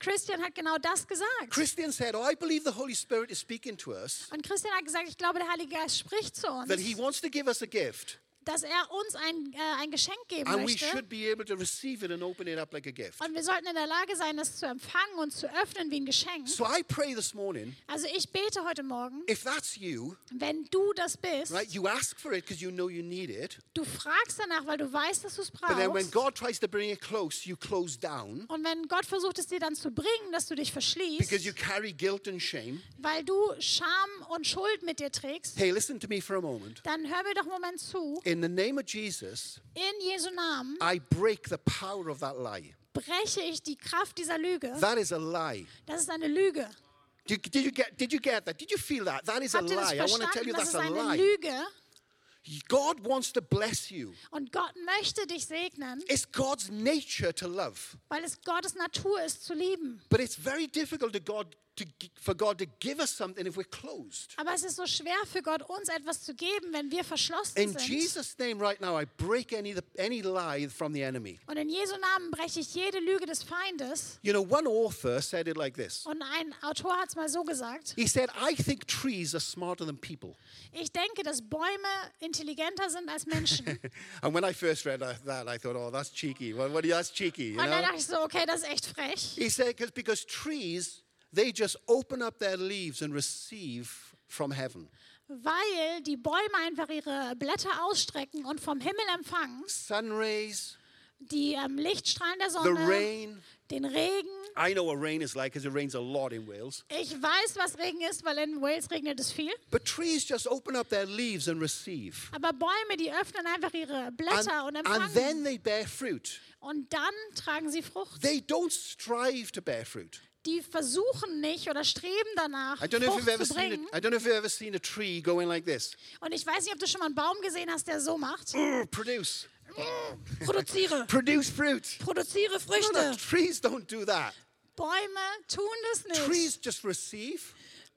D: Christian hat genau das gesagt.
C: Christian said, oh, I believe the Holy Spirit is speaking to us,
D: Und Christian hat gesagt, ich glaube, der Heilige Geist spricht zu
C: that He
D: uns,
C: wants to give us a gift.
D: dass er uns ein, äh, ein Geschenk geben
C: And we
D: möchte.
C: should be able to receive it and open it up like a gift.
D: Und wir sollten in der Lage sein, es zu empfangen und zu öffnen wie ein Geschenk.
C: So I pray this morning,
D: Also ich bete heute Morgen,
C: if that's you,
D: wenn du das bist,
C: right, you ask for it because you know you need it.
D: du fragst danach, weil du weißt, dass du es
C: But then when
D: brauchst.
C: God tries to bring it close, you close down
D: Und wenn Gott versucht, es dir dann zu bringen, dass du dich
C: because you
D: verschließt,
C: carry guilt and shame.
D: weil du Scham und Schuld mit dir trägst,
C: Hey, listen to me for a moment.
D: dann hör mir doch einen Moment zu.
C: In the name of Jesus,
D: In Jesu Namen
C: I break the power of that lie.
D: breche ich die Kraft dieser Lüge.
C: That is a lie.
D: Das ist eine Lüge.
C: Did, did you get? Did you get that? Did you feel that? That is a
D: Habt ihr das
C: lie. I want to tell
D: verstanden?
C: you
D: Das
C: that's
D: ist
C: a lie.
D: eine Lüge.
C: God wants to bless you.
D: Und Gott möchte dich segnen,
C: It's God's nature to love,
D: weil es Gottes Natur ist, zu lieben.
C: but it's very difficult to God to gi- for God to give us something if we're closed.
D: Aber es ist so schwer für Gott, uns etwas zu geben, wenn wir verschlossen
C: In
D: sind.
C: Jesus' name, right now, I break any any lie from the enemy.
D: Und in Jesu Namen breche ich jede Lüge des Feindes.
C: You know, one author said it like this.
D: Und ein Oh Autor hat es mal so gesagt.
C: He said, I think trees are smarter than people.
D: Ich denke, dass Bäume intelligenter sind als Menschen.
C: [laughs] And when I first read that, that, I thought, oh, that's cheeky. Well, what, that's cheeky, you
D: Und
C: know?
D: dann dachte ich so, okay, das ist echt frech.
C: He said, Cause, because trees, they just open up their leaves and receive from heaven.
D: Weil die Bäume einfach ihre Blätter ausstrecken und vom Himmel empfangen,
C: Sun rays,
D: die ähm, Lichtstrahlen der
C: the
D: Sonne,
C: rain,
D: den Regen
C: I know what rain is like because it rains a lot in Wales.
D: Ich weiß, was Regen ist, weil in Wales regnet es viel.
C: But trees just open up their leaves and receive.
D: Aber Bäume, die öffnen einfach ihre
C: And,
D: Blätter und
C: and then
D: empfangen.
C: they bear fruit.
D: Und dann tragen sie Frucht.
C: They don't strive to bear fruit.
D: Die versuchen nicht oder streben danach,
C: I don't know if
D: Frucht
C: you've ever
D: zu
C: seen a,
D: bringen.
C: I don't know if you've ever seen a tree going like this.
D: Und ich weiß nicht, ob du schon mal einen Baum gesehen hast, der so
C: [laughs]
D: macht.
C: Produce.
D: Produziere,
C: Produce fruit.
D: produziere
C: No, no,
D: Früchte.
C: trees don't do that.
D: Bäume tun das nicht.
C: Trees just receive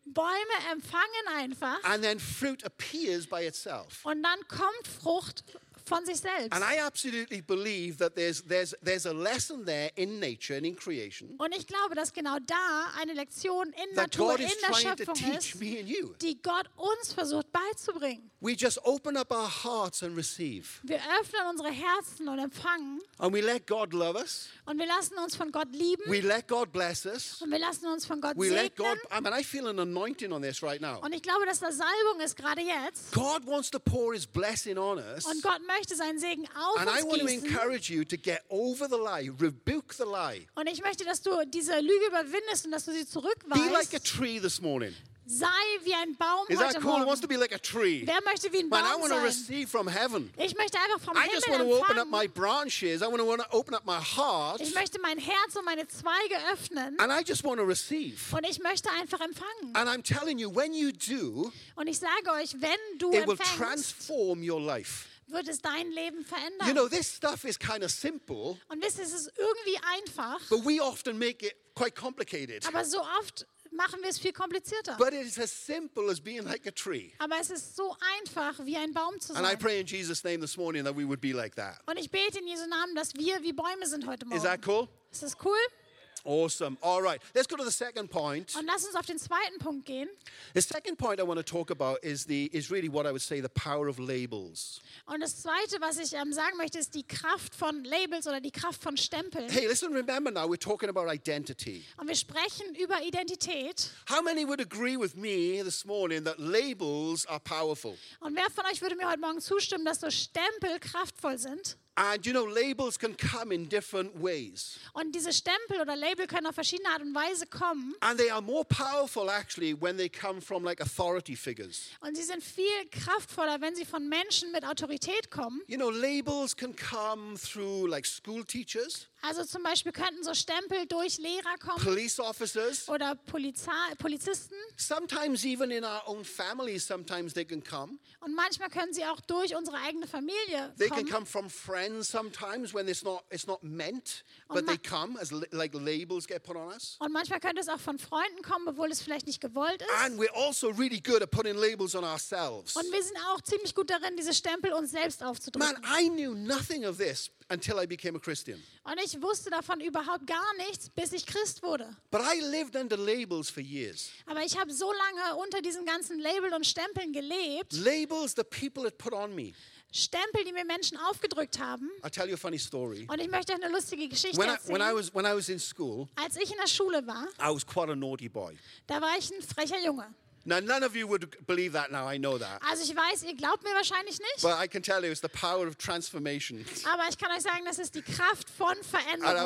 D: Bäume empfangen einfach
C: and then fruit appears by itself.
D: und dann kommt Frucht von sich selbst.
C: And I absolutely believe that there's, there's, there's a lesson there in nature and in creation
D: Und ich glaube, dass genau da eine Lektion in
C: that
D: Natur,
C: God
D: in
C: is
D: der
C: trying to
D: Schöpfung
C: teach
D: ist,
C: me and you.
D: die Gott uns versucht beizubringen.
C: We just open up our hearts and receive.
D: Wir öffnen unsere Herzen und empfangen
C: And we let God love us.
D: und wir lassen uns von Gott lieben
C: We let God bless us.
D: und wir lassen uns von Gott
C: We let
D: segnen.
C: God. I mean, I feel an anointing on this right now.
D: Und ich glaube, dass da Salbung ist gerade jetzt.
C: God wants to pour his blessing on us.
D: Und Gott möchte seinen Segen auf
C: And I
D: uns
C: want to
D: gießen.
C: encourage you to get over the lie, rebuke the lie.
D: Und ich möchte, dass du diese Lüge überwindest und dass du
C: Be
D: sie
C: like a
D: zurückweist.
C: tree this morning.
D: Sei wie ein Baum
C: Is that
D: heute
C: cool? Who wants
D: Morgen.
C: to be like a tree?
D: Wer möchte wie ein
C: Man, I
D: Baum
C: want to
D: sein?
C: receive from heaven.
D: Ich möchte einfach vom
C: I just want
D: Himmel
C: to open up my
D: empfangen.
C: branches. I want to want to open up my heart,
D: Ich möchte mein Herz und meine Zweige öffnen.
C: and I just want to receive.
D: Und ich möchte einfach empfangen.
C: And I'm telling you, when you do,
D: Und ich sage euch, wenn du
C: it will
D: empfängst,
C: transform your life.
D: wird es dein Leben verändern.
C: You know, this stuff is kind of simple,
D: Und wisst ihr, es ist irgendwie einfach,
C: but we often make it quite complicated.
D: aber so oft machen wir es viel komplizierter.
C: But it is as simple as being like a tree.
D: Aber es ist so einfach, wie ein Baum zu
C: And I
D: sein.
C: pray in Jesus' name this morning that we would be like that.
D: Und ich bete in Jesu Namen, dass wir wie Bäume sind heute
C: Is that cool?
D: Morgen. Ist das cool?
C: Awesome. All right. Let's go to the second point.
D: Und lass uns auf den zweiten Punkt gehen.
C: The second point I want to talk about is the is really what I would say the power of labels.
D: Und das zweite, was ich ähm, sagen möchte, ist die Kraft von Labels oder die Kraft von Stempeln.
C: Hey, listen, remember now we're talking about identity.
D: Und wir sprechen über Identität.
C: How many would agree with me this morning that labels are powerful?
D: Und wer von euch würde mir heute Morgen zustimmen, dass so Stempel kraftvoll sind?
C: And you know, labels can come in different ways.
D: Und diese Stempel oder Label können auf verschiedene Art und Weise kommen.
C: And they are more powerful actually when they come from like authority figures.
D: Und sie sind viel kraftvoller, wenn sie von Menschen mit Autorität kommen.
C: You know, labels can come through like school teachers,
D: Also zum Beispiel könnten so Stempel durch Lehrer kommen
C: police officers,
D: oder Polizei, Polizisten.
C: sometimes even in our own families, sometimes they can come.
D: Und manchmal können sie auch durch unsere eigene Familie
C: They can
D: kommen.
C: come from friends sometimes when it's not it's not meant, but
D: ma-
C: they come as li- like labels get put on us.
D: Und manchmal könnte es auch von Freunden kommen, obwohl es vielleicht nicht gewollt
C: And
D: ist.
C: we're also really good at putting labels on ourselves.
D: Und wir sind auch ziemlich gut darin, diese Stempel uns selbst
C: Man,
D: aufzudrücken.
C: I knew nothing of this until I became a Christian.
D: Und ich wusste davon überhaupt gar nichts, bis ich Christ wurde.
C: But I lived under labels for years.
D: Aber ich habe so lange unter diesen ganzen Labeln und Stempeln gelebt.
C: Labels the people had put on me.
D: Stempel, die mir Menschen aufgedrückt haben.
C: I'll tell you a funny story.
D: Und ich möchte euch eine lustige Geschichte
C: When I,
D: erzählen.
C: when I was when I was in school,
D: Als ich in der Schule war,
C: I was quite a naughty boy.
D: da war ich ein frecher Junge.
C: Now none of you would believe that now, I know that.
D: Also ich weiß, ihr glaubt mir wahrscheinlich nicht,
C: But I can tell you it's the power of transformation.
D: aber ich kann euch sagen, das ist die Kraft von
C: And I was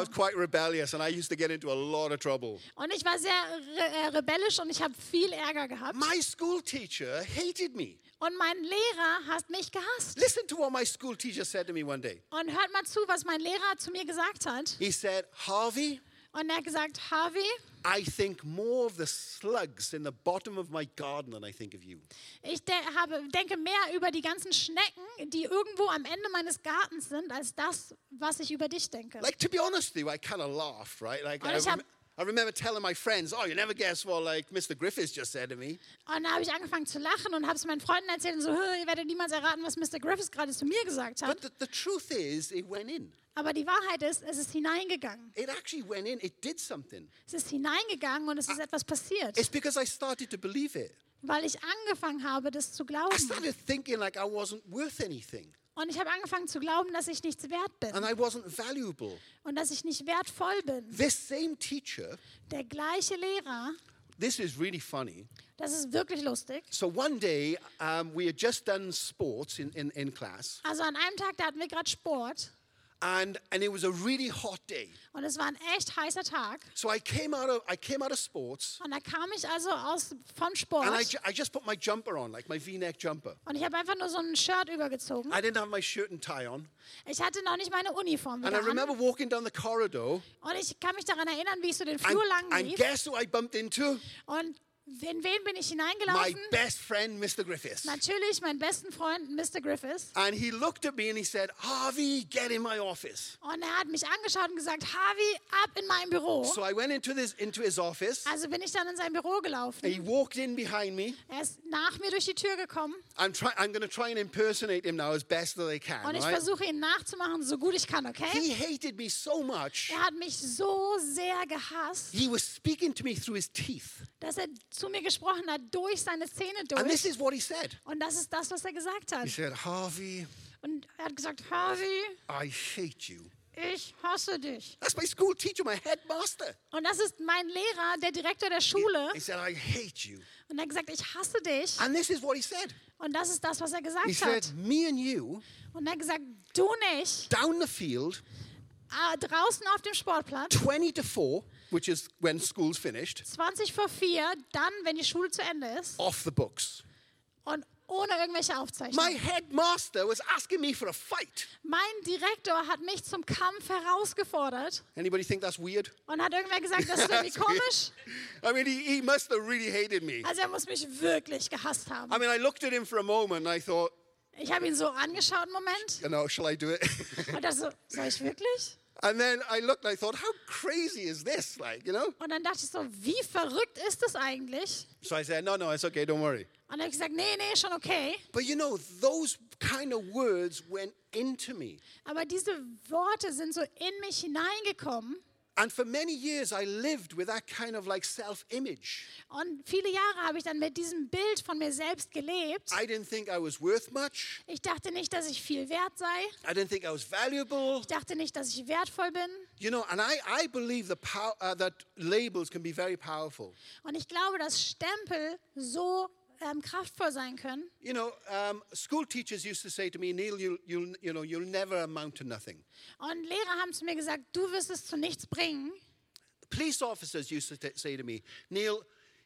D: Veränderung.
C: quite rebellious, and I used to get into a lot of trouble.
D: Und ich war sehr re äh, rebellisch und ich habe viel Ärger gehabt.
C: My school teacher hated me.
D: Und mein Lehrer hat mich gehasst.
C: Listen to what my school teacher said to me one day.
D: Und hört mal zu, was mein Lehrer zu mir gesagt hat.
C: He said, Harvey,
D: Und er hat gesagt, Harvey,
C: I think more of the slugs in the bottom of my garden than I think of you.
D: ich de habe, denke mehr über die ganzen Schnecken, die irgendwo am Ende meines Gartens sind, als das, was ich über dich denke.
C: Like, to be honest with you, I kind of laughed, right? Like,
D: Oh,
C: I,
D: that's how-
C: rem- I remember telling my friends, oh, you never guess what, like, Mr. Griffiths just said to me.
D: Und da habe ich angefangen zu lachen und habe es meinen Freunden erzählt und so, "Hö, ihr werdet niemals erraten, was Mr. Griffiths gerade zu mir gesagt
C: But
D: hat.
C: the, the truth is, it went in.
D: Aber die Wahrheit ist, es ist hineingegangen.
C: It actually went in. It did something.
D: Es ist hineingegangen und es
C: Ah,
D: ist etwas passiert,
C: It's because I started to believe it.
D: weil ich angefangen habe, das zu
C: I
D: glauben.
C: started thinking like I wasn't worth anything
D: Und ich habe angefangen zu glauben, dass ich nichts wert bin
C: and I wasn't valuable.
D: und dass ich nicht wertvoll bin.
C: This same teacher,
D: Der gleiche Lehrer,
C: this is really funny.
D: das ist wirklich lustig.
C: So one day, um, we had just done sports in, in, in class,
D: Also an einem Tag, da hatten wir gerade Sport
C: and, and it was a really hot day.
D: Und es war ein echt heißer Tag.
C: So I came out of, I came out of sports
D: Und da kam ich also aus, vom
C: and I,
D: Sport.
C: ju- I just put my jumper on, like my v-neck jumper.
D: Und ich habe einfach nur so ein Shirt übergezogen.
C: I didn't have my shirt and tie on.
D: Ich hatte noch nicht meine Uniform
C: And I
D: wieder an.
C: remember walking down the corridor
D: Und ich kann mich daran erinnern, wie ich so den
C: and,
D: Flur lang
C: and
D: lief.
C: guess who I bumped into?
D: Und in wen bin ich
C: My
D: hineingelaufen?
C: best friend, Mr. Griffiths.
D: Natürlich meinen besten Freund Mr. Griffiths.
C: And he looked at me and he said, Harvey, get in my office.
D: Und er hat mich angeschaut und gesagt, Harvey, ab in mein Büro.
C: So I went into, this, into his office.
D: Also bin ich dann in sein Büro gelaufen.
C: He walked in behind me.
D: Er ist nach mir durch die Tür gekommen
C: I'm, try- I'm going to try and impersonate him now as best that I can.
D: und ich
C: right?
D: versuche ihn nachzumachen, so gut ich kann, okay?
C: He hated me so much.
D: Er hat mich so sehr gehasst,
C: He was speaking to me through his teeth.
D: dass er zu mir gesprochen hat durch seine Zähne
C: And
D: durch.
C: this is what he said.
D: Und das ist das, was er gesagt
C: He
D: hat.
C: said, Harvey,
D: Und er hat gesagt, Harvey,
C: I hate you.
D: ich hasse dich.
C: That's my school teacher, my headmaster.
D: Und das ist mein Lehrer, der Direktor der Schule.
C: He said, I hate you.
D: Und er hat gesagt, ich hasse dich.
C: And this is what he said.
D: Und das ist das, was er
C: He
D: gesagt
C: said,
D: hat.
C: Me and you
D: Und er hat gesagt, du nicht.
C: down the field,
D: Ah, Draußen auf dem Sportplatz,
C: 20 to 4, which is when school's finished,
D: 20 vor 4, dann, wenn die Schule zu Ende ist
C: off the books.
D: und ohne irgendwelche Aufzeichnungen.
C: My headmaster was asking me for a fight.
D: Mein Direktor hat mich zum Kampf herausgefordert
C: Anybody think that's weird?
D: und hat irgendwer gesagt, das ist irgendwie
C: [laughs] That's weird.
D: komisch.
C: I mean, he, he must have really hated me.
D: Also er muss mich wirklich gehasst haben.
C: I mean, I looked at him for a moment and I thought,
D: Ich habe ihn so angeschaut einen Moment
C: you know, shall I do it? [laughs]
D: und dachte so, soll ich wirklich?
C: and then I looked and I thought, how crazy is this? Like, you know?
D: Und dann dachte ich so, wie verrückt ist das eigentlich?
C: So I said, no, no, it's okay, don't worry.
D: Und dann habe ich gesagt, nee, nee, schon okay.
C: But you know, those kind of words went into me.
D: Aber diese Worte sind so in mich hineingekommen.
C: And for many years, I lived with that kind of like self image.
D: Und viele Jahre habe ich dann mit diesem Bild von mir selbst gelebt.
C: I didn't think I was worth much.
D: Ich dachte nicht, dass ich viel wert sei.
C: I didn't think I was valuable.
D: Ich dachte nicht, dass ich wertvoll bin.
C: You know, and I, I believe the pow- uh, that labels can be very powerful.
D: Und ich glaube, dass Stempel so ähm, kraftvoll sein können.
C: You know, um, school teachers used to say to me, Neil, you, you'll, you know, you'll never amount to nothing.
D: Und Lehrer haben zu mir gesagt, du wirst es zu nichts bringen.
C: Police officers used to t- say to me, Neil,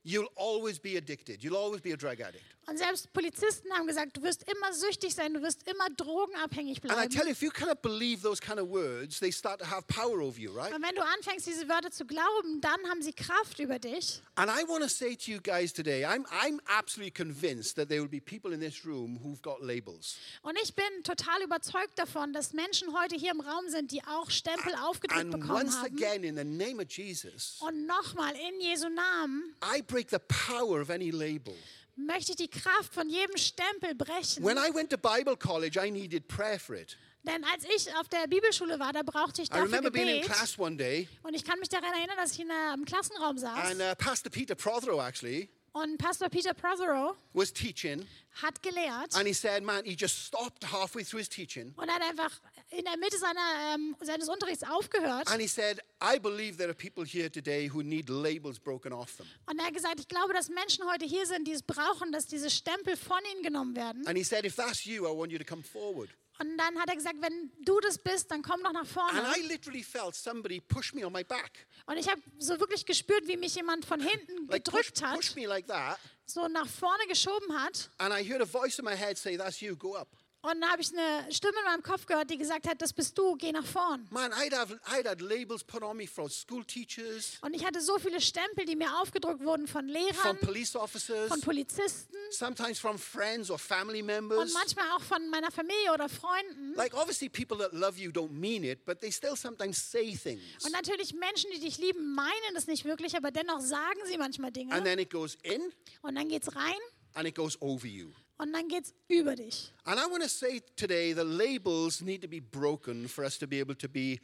C: you'll always be addicted. You'll always be a drug addict.
D: Und selbst Polizisten haben gesagt, du wirst immer süchtig sein, du wirst immer drogenabhängig
C: And I
D: bleiben.
C: tell you, if you cannot believe those kind of words, they start to have power over you, right?
D: Und wenn du anfängst, diese Wörter zu glauben, dann haben sie Kraft über dich.
C: And I want to say to you guys today, I'm, I'm absolutely convinced that there will be people in this room who've got labels.
D: Und ich bin total überzeugt davon, dass Menschen heute hier im Raum sind, die auch Stempel aufgedrückt
C: And
D: bekommen
C: once
D: haben.
C: again, in the name of Jesus,
D: Und nochmal, in Jesu Namen
C: I break the power of any label.
D: möchte ich die Kraft von jedem Stempel brechen.
C: When I went to Bible college, I needed prayer for it.
D: Denn als ich auf der Bibelschule war, da brauchte ich
C: I
D: dafür
C: remember being in
D: Gebet.
C: class one day,
D: Und ich kann mich daran erinnern, dass ich in der, im Klassenraum saß
C: and uh, Pastor Peter Prothero actually
D: und Pastor Peter Prothero
C: was teaching,
D: hat gelehrt
C: and he said, Man, he just stopped halfway through his teaching,
D: und hat einfach in der Mitte seiner, ähm, seines Unterrichts aufgehört.
C: and he said, I believe there are people here today who need labels broken off them.
D: Und er hat gesagt, ich glaube, dass Menschen heute hier sind, die es brauchen, dass diese Stempel von ihnen genommen werden.
C: And he said, If that's you, I want you to come forward.
D: Und dann hat er gesagt, wenn du das bist, dann komm doch nach
C: And
D: vorne.
C: I literally felt somebody push me on my back.
D: Und ich habe so wirklich gespürt, wie mich jemand von hinten
C: Like push,
D: gedrückt hat,
C: push me like that.
D: so nach vorne geschoben hat.
C: And I heard a voice in my head say, That's you, go up.
D: Und da habe ich eine Stimme in meinem Kopf gehört, die gesagt hat, das bist du, geh nach vorn.
C: Man, I'd have I'd had labels put on me from school teachers,
D: Und ich hatte so viele Stempel, die mir aufgedruckt wurden von
C: from
D: Lehrern,
C: police officers,
D: von Polizisten
C: sometimes from friends or family
D: und
C: members.
D: manchmal auch von meiner Familie oder Freunden.
C: Like obviously people that love you don't mean it, but they still sometimes say things.
D: Und natürlich Menschen, die dich lieben, meinen das nicht wirklich, aber dennoch sagen sie manchmal
C: And
D: Dinge.
C: then it goes in
D: Und dann geht's rein
C: and it goes over you.
D: und dann geht's über dich.
C: And I want to say today the labels need to be broken for us to be able to be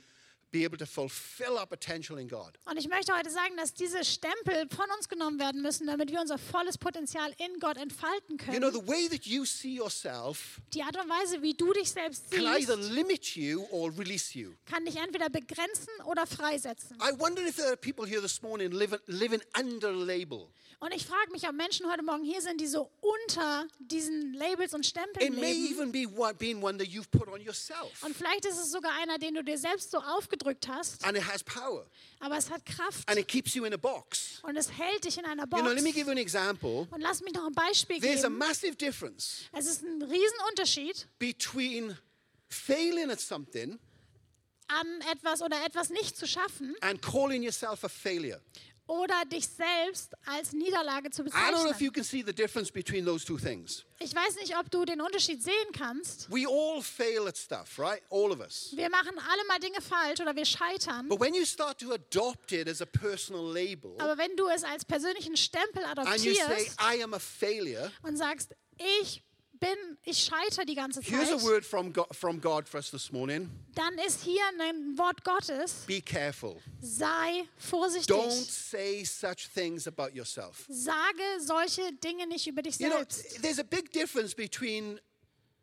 C: be able to fulfill our potential in God.
D: Und ich möchte heute sagen, dass diese Stempel von uns genommen werden müssen, damit wir unser volles Potenzial in Gott entfalten
C: You know,
D: können.
C: the way that you see yourself
D: Die Art und Weise, wie du dich selbst
C: can either
D: siehst,
C: limit you or release you.
D: kann dich entweder begrenzen oder freisetzen.
C: I wonder if there are people here this morning living, living under a label.
D: Und ich frage mich, ob Menschen heute Morgen hier sind, die so unter diesen Labels und
C: It
D: Stempeln
C: may
D: leben.
C: even be one, being one that you've put on yourself,
D: Und vielleicht ist es sogar einer, den du dir selbst so aufgedrückt hast,
C: and it has power,
D: aber es hat Kraft
C: and it keeps you in a box.
D: und es hält dich in einer
C: You
D: Box.
C: know, let me give you an example.
D: Und lass mich noch ein Beispiel
C: There's a
D: geben.
C: massive difference
D: Es ist ein Riesenunterschied,
C: between failing at something
D: an etwas oder etwas nicht zu schaffen
C: and calling yourself a failure.
D: oder dich selbst als Niederlage zu
C: I don't know if
D: bezeichnen.
C: you can see the difference between those two things.
D: Ich weiß nicht, ob du den Unterschied sehen kannst.
C: We all fail at stuff, right? All of us.
D: Wir machen alle mal Dinge falsch oder wir scheitern.
C: But when you start to adopt it as a personal label
D: Aber wenn du es als persönlichen Stempel
C: and you say, "Ah."
D: adoptierst
C: I am a failure,
D: und sagst, ich bin, ich scheitere die ganze
C: here's a
D: Zeit,
C: word from God, from God for us this morning
D: dann ist hier ein Wort Gottes,
C: be careful.
D: sei
C: Don't
D: vorsichtig.
C: say such things about yourself.
D: Sage solche Dinge nicht über dich
C: You know,
D: selbst.
C: there's a big difference between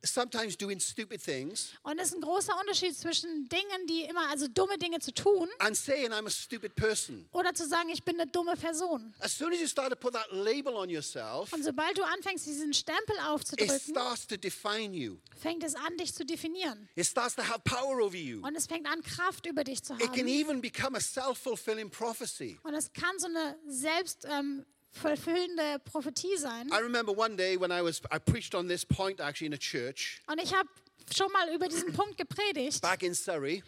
C: sometimes doing stupid things
D: Und es ist ein großer Unterschied zwischen Dingen, die immer, also dumme Dinge zu tun
C: and saying, I'm a stupid person.
D: oder zu sagen, ich bin eine dumme Person.
C: As soon as you start to put that label on yourself,
D: Und sobald du anfängst, diesen Stempel
C: it
D: aufzudrücken,
C: starts to define you.
D: fängt es an, dich zu definieren.
C: It starts to have power over you.
D: Und es fängt an, Kraft über dich zu
C: It can
D: haben.
C: even become a self fulfilling prophecy.
D: Und es kann so eine selbst ähm, verfüllende Prophetie sein.
C: I remember one day when I was, I preached on this point actually in a church
D: Und ich habe schon mal über diesen Punkt gepredigt
C: back in Surrey,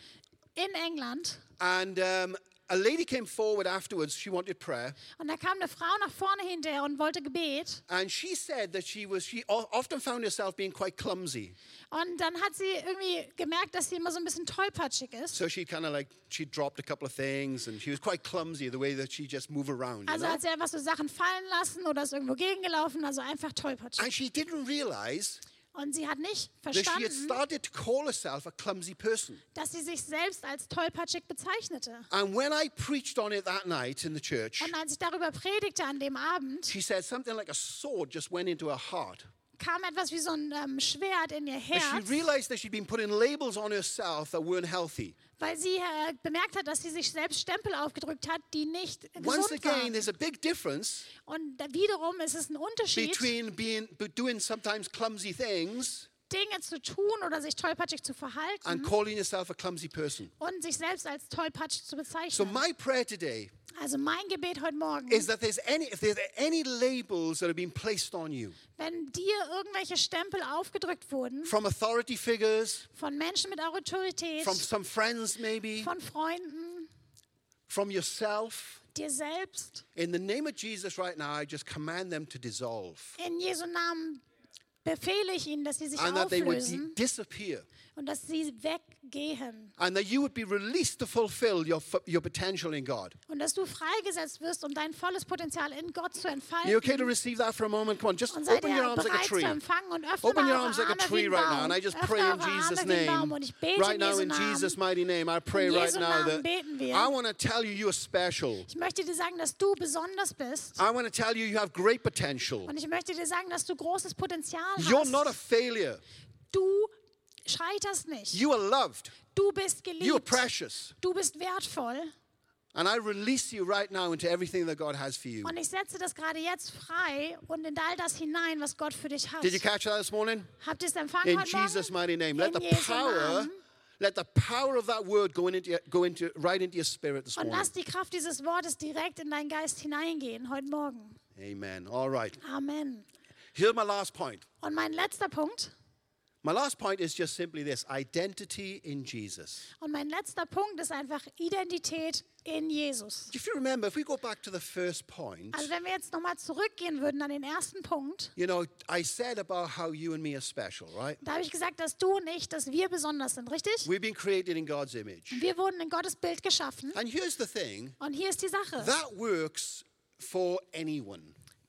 D: in England.
C: and um, a lady came forward afterwards. She wanted prayer,
D: Und da kam eine Frau nach vorne hinterher und wollte Gebet.
C: and she said that she was, she o- often found herself being quite clumsy.
D: Und dann hat sie irgendwie gemerkt, dass sie immer so ein bisschen tollpatschig ist.
C: So she kind of like, she dropped a couple of things, and she was quite clumsy the way that she just moved around, you
D: Also
C: know?
D: hat sie einfach so Sachen fallen lassen oder ist irgendwo gegengelaufen, also einfach tollpatschig.
C: And she didn't realize
D: Und sie hat nicht
C: that she had
D: verstanden,
C: started to call herself a clumsy person.
D: dass sie sich selbst als tollpatschig bezeichnete.
C: And when I preached on it that night in the church,
D: Und als ich darüber predigte an dem Abend,
C: she said something like a sword just went into her heart.
D: kam etwas wie so ein ähm, Schwert in ihr
C: But she
D: Herz,
C: realized that she'd been putting labels on herself that weren't healthy.
D: weil sie äh, bemerkt hat, dass sie sich selbst Stempel aufgedrückt hat, die nicht
C: Once
D: gesund
C: again,
D: waren.
C: there's a big difference
D: Und da wiederum ist es ein Unterschied,
C: between being but doing sometimes clumsy things
D: Dinge zu tun oder sich tollpatschig zu verhalten
C: and calling yourself a clumsy person.
D: und sich selbst als tollpatschig zu
C: So
D: bezeichnen.
C: my prayer today
D: Also mein Gebet heute Morgen
C: is that there's any if there's any labels that have been placed on you
D: Wenn dir irgendwelche Stempel aufgedrückt wurden
C: from authority figures,
D: von Menschen mit Autorität,
C: from some friends maybe,
D: von Freunden,
C: from yourself,
D: dir selbst,
C: in the name of Jesus right now, I just command them to dissolve
D: in Jesu Namen befehle ich ihnen, dass sie sich
C: and that they would di-
D: auflösen
C: disappear.
D: und dass sie weggehen
C: and that you would be released to fulfill your, f- your potential in God.
D: und dass du freigesetzt wirst, um dein volles Potenzial in Gott zu
C: Are you okay
D: entfalten.
C: to receive that for a moment? Come on, just
D: Und seid
C: open your
D: ihr
C: arms like a
D: bereit zu
C: tree.
D: empfangen und öffnet
C: Open your
D: eure
C: arms like a
D: Arme wie
C: tree
D: ein
C: right now, and I
D: Baum.
C: just
D: Öffnet
C: pray in
D: eure
C: Jesus'
D: Arme wie ein
C: name.
D: Baum und ich bete
C: Right
D: in
C: now,
D: Jesu
C: in Jesus'
D: Namen.
C: mighty name, I pray
D: In
C: right
D: Jesu
C: now
D: Namen
C: that
D: beten wir.
C: I want to tell you you are special.
D: Ich möchte dir sagen, dass du besonders bist
C: I want to tell you you have great potential.
D: und ich möchte dir sagen, dass du großes Potenzial
C: You're not a
D: hast.
C: failure.
D: Du scheiterst nicht.
C: You are loved.
D: Du bist
C: You are
D: geliebt.
C: precious.
D: Du bist wertvoll.
C: And I release you right now into everything that God has for you.
D: Und ich setze das gerade jetzt frei und in all das hinein, was Gott für dich hat.
C: Did you catch that this morning?
D: Habt ihr es empfangen
C: In
D: heute Morgen?
C: Jesus' mighty name.
D: In
C: Let the
D: Jesu
C: power,
D: Namen.
C: let the power of that word go in into your, go into right into your spirit this
D: Und
C: morning.
D: lass die Kraft dieses Wortes direkt in deinen Geist hineingehen heute Morgen.
C: Amen. All right.
D: Amen.
C: Here's my last point.
D: Und mein letzter Punkt.
C: My last point is just simply this: identity in Jesus.
D: Und mein letzter Punkt ist einfach Identität in Jesus.
C: If you remember, if we go back to the first point,
D: Also wenn wir jetzt nochmal zurückgehen würden an den ersten Punkt,
C: you know, I said about how you and me are special, right?
D: da habe ich gesagt, dass du und ich, dass wir besonders sind, richtig?
C: We've been created in God's image.
D: Wir wurden in Gottes Bild geschaffen.
C: And here's the thing:
D: Und hier ist die Sache.
C: that works for anyone.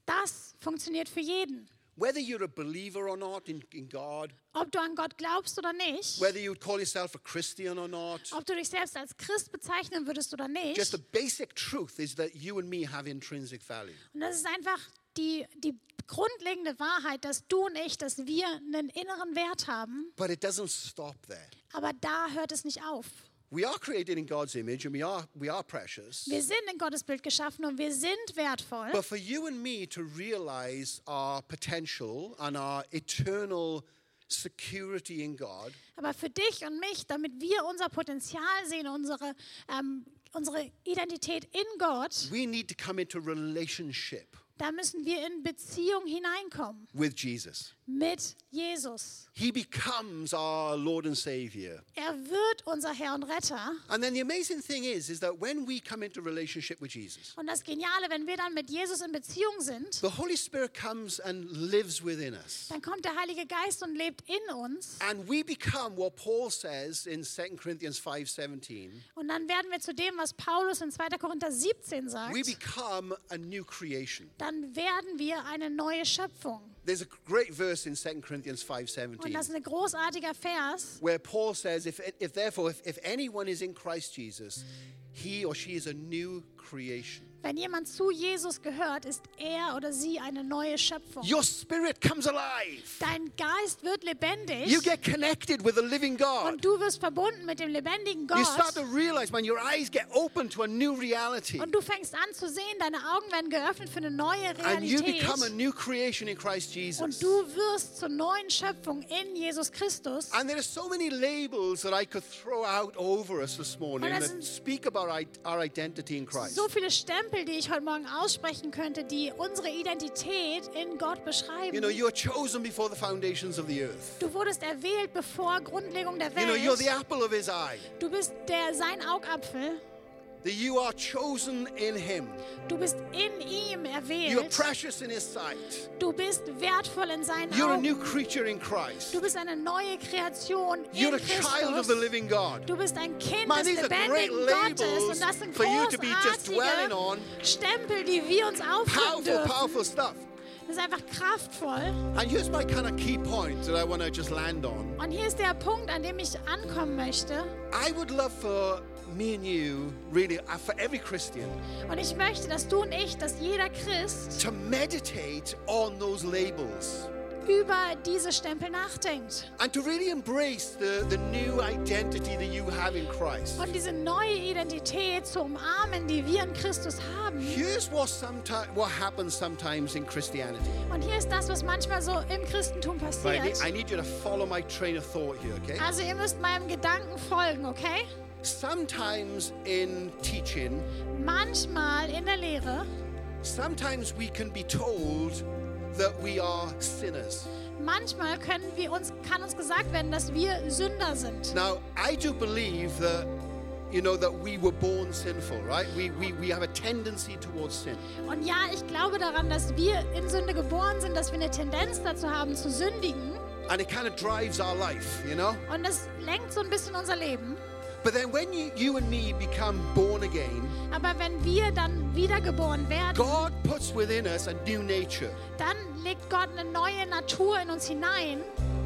D: Das funktioniert für jeden.
C: Whether you're a believer or not in, in God,
D: Ob du an Gott glaubst oder nicht,
C: whether you would call yourself a Christian or not,
D: ob du dich selbst als Christ bezeichnen würdest oder
C: just
D: nicht.
C: the basic truth is that you and me have intrinsic value.
D: Und das ist einfach die, die grundlegende Wahrheit, dass du und ich, dass wir einen inneren Wert haben.
C: But it doesn't stop there.
D: Aber da hört es nicht auf.
C: We are created in God's image and we are, we are precious.
D: Wir sind in Gottes Bild geschaffen und wir sind wertvoll.
C: But for you and me to realize our potential and our eternal security in God,
D: Aber für dich und mich, damit wir unser Potenzial sehen, unsere, ähm, unsere Identität in Gott,
C: we need to come into relationship
D: da müssen wir in Beziehung hineinkommen
C: with Jesus.
D: mit Jesus.
C: He becomes our Lord and Savior.
D: Er wird unser Herr und Retter.
C: And then the amazing thing is, is that when we come into relationship with Jesus,
D: Und das Geniale, wenn wir dann mit Jesus in Beziehung sind,
C: the Holy Spirit comes and lives within us.
D: dann kommt der Heilige Geist und lebt in uns.
C: And we become what Paul says in 2 Corinthians 5:17,
D: Und dann werden wir zu dem, was Paulus in 2. Korinther 17
C: we
D: sagt,
C: become a new creation.
D: dann werden wir eine neue Schöpfung.
C: There's a great verse in 2 Corinthians
D: Und das
C: 5:17
D: ist ein großartiger Vers.
C: where Paul says, if, if therefore, if, if anyone is in Christ Jesus, he or she is a new creation.
D: Wenn jemand zu Jesus gehört, ist er oder sie eine neue Schöpfung.
C: Your spirit comes alive.
D: Dein Geist wird lebendig
C: You get connected with the living God.
D: und du wirst verbunden mit dem lebendigen
C: You start
D: Gott.
C: to realize, man, your eyes get open to a new reality.
D: Und du fängst an zu sehen, deine Augen werden geöffnet für eine neue
C: And you become a
D: Realität.
C: new creation in Christ
D: Und
C: Jesus.
D: du wirst zur neuen Schöpfung in Jesus Christus.
C: And there are so many labels that I could throw out over us this morning
D: Und
C: that
D: das sind-
C: speak about our, our identity in Christ.
D: So viele Stempel, die ich heute Morgen aussprechen könnte, die unsere Identität in Gott beschreiben.
C: You know, you are chosen before the foundations of the earth.
D: Du wurdest erwählt bevor Grundlegung der
C: You know, you're the
D: Welt.
C: apple of his eye.
D: Du bist der sein Augapfel.
C: That you are chosen in him.
D: Du bist in ihm
C: You are
D: erwählt.
C: precious in his sight.
D: Du bist wertvoll in seinen
C: You're a
D: Augen.
C: new creature in Christ.
D: Du bist eine neue Kreation in
C: You're a child of
D: Christus.
C: the living God.
D: Du bist ein Kind
C: Man,
D: des
C: these are great
D: lebendigen Gottes. Und das
C: labels
D: sind
C: for you to be just dwelling
D: großartige
C: on.
D: Stempel, die wir uns aufhören
C: Powerful,
D: dürfen.
C: powerful stuff.
D: Das ist einfach kraftvoll.
C: And here's my kind of key point that I want to just land on.
D: Und hier ist der Punkt, an dem ich ankommen möchte.
C: I would love for me and you, really, uh, for every Christian,
D: Und ich möchte, dass du und ich, dass jeder Christ
C: to meditate on those labels
D: über diese Stempel nachdenkt.
C: and to really embrace the, the new identity that you have in Christ.
D: Und diese neue Identität zu umarmen, die wir in Christus haben.
C: Here's what sometimes what happens sometimes in Christianity.
D: Und hier ist das, was manchmal so im Christentum
C: But I need,
D: passiert.
C: I need you to follow my train of thought here, okay?
D: Also ihr müsst meinem Gedanken folgen, okay?
C: Sometimes in teaching,
D: Manchmal in der Lehre,
C: sometimes we can be told that we are sinners.
D: manchmal können wir uns, kann uns gesagt werden, dass wir Sünder sind.
C: Now, I do believe that you know that we were born sinful, right? We we, we have a tendency towards sin.
D: Und ja, ich glaube daran, dass wir in Sünde geboren sind, dass wir eine Tendenz dazu haben zu sündigen.
C: And it kind of drives our life, you know?
D: Und das lenkt so ein bisschen unser Leben.
C: But then when you, you and me become born again,
D: Aber wenn wir dann wiedergeboren werden,
C: God puts within us a new nature.
D: dann legt Gott eine neue Natur in uns hinein.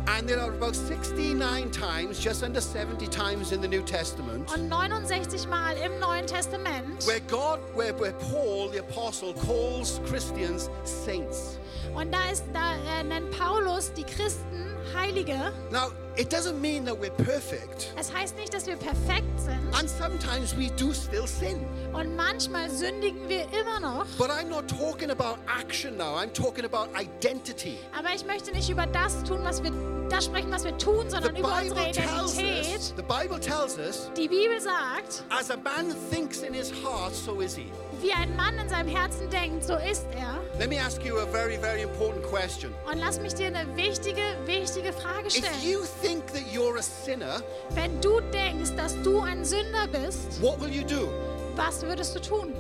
C: And there are about 69 times, just under 70 times in the New Testament,
D: Und 69 Mal im Neuen Testament.
C: where God, where, where Paul the apostle calls Christians saints.
D: Und da ist, da äh, nennt Paulus die Christen Heilige.
C: Now, it doesn't mean that we're perfect.
D: Es heißt nicht, dass wir perfekt sind.
C: And sometimes we do still sin.
D: Und manchmal sündigen wir immer noch.
C: But I'm not talking about action now. I'm talking about identity.
D: Aber ich möchte nicht über das tun, was wir, das sprechen, was wir tun,
C: The
D: sondern über unsere
C: Bible tells us.
D: Identität.
C: The Bible tells us.
D: Die Bibel sagt,
C: As a man thinks in his heart, so is he.
D: wie ein Mann in seinem Herzen denkt, so ist er.
C: Let me ask you a very, very important question.
D: Und lass mich dir eine wichtige, wichtige Frage
C: If
D: stellen.
C: you think that you're a sinner,
D: Wenn du denkst, dass du ein Sünder bist,
C: what will you do?
D: was würdest du tun?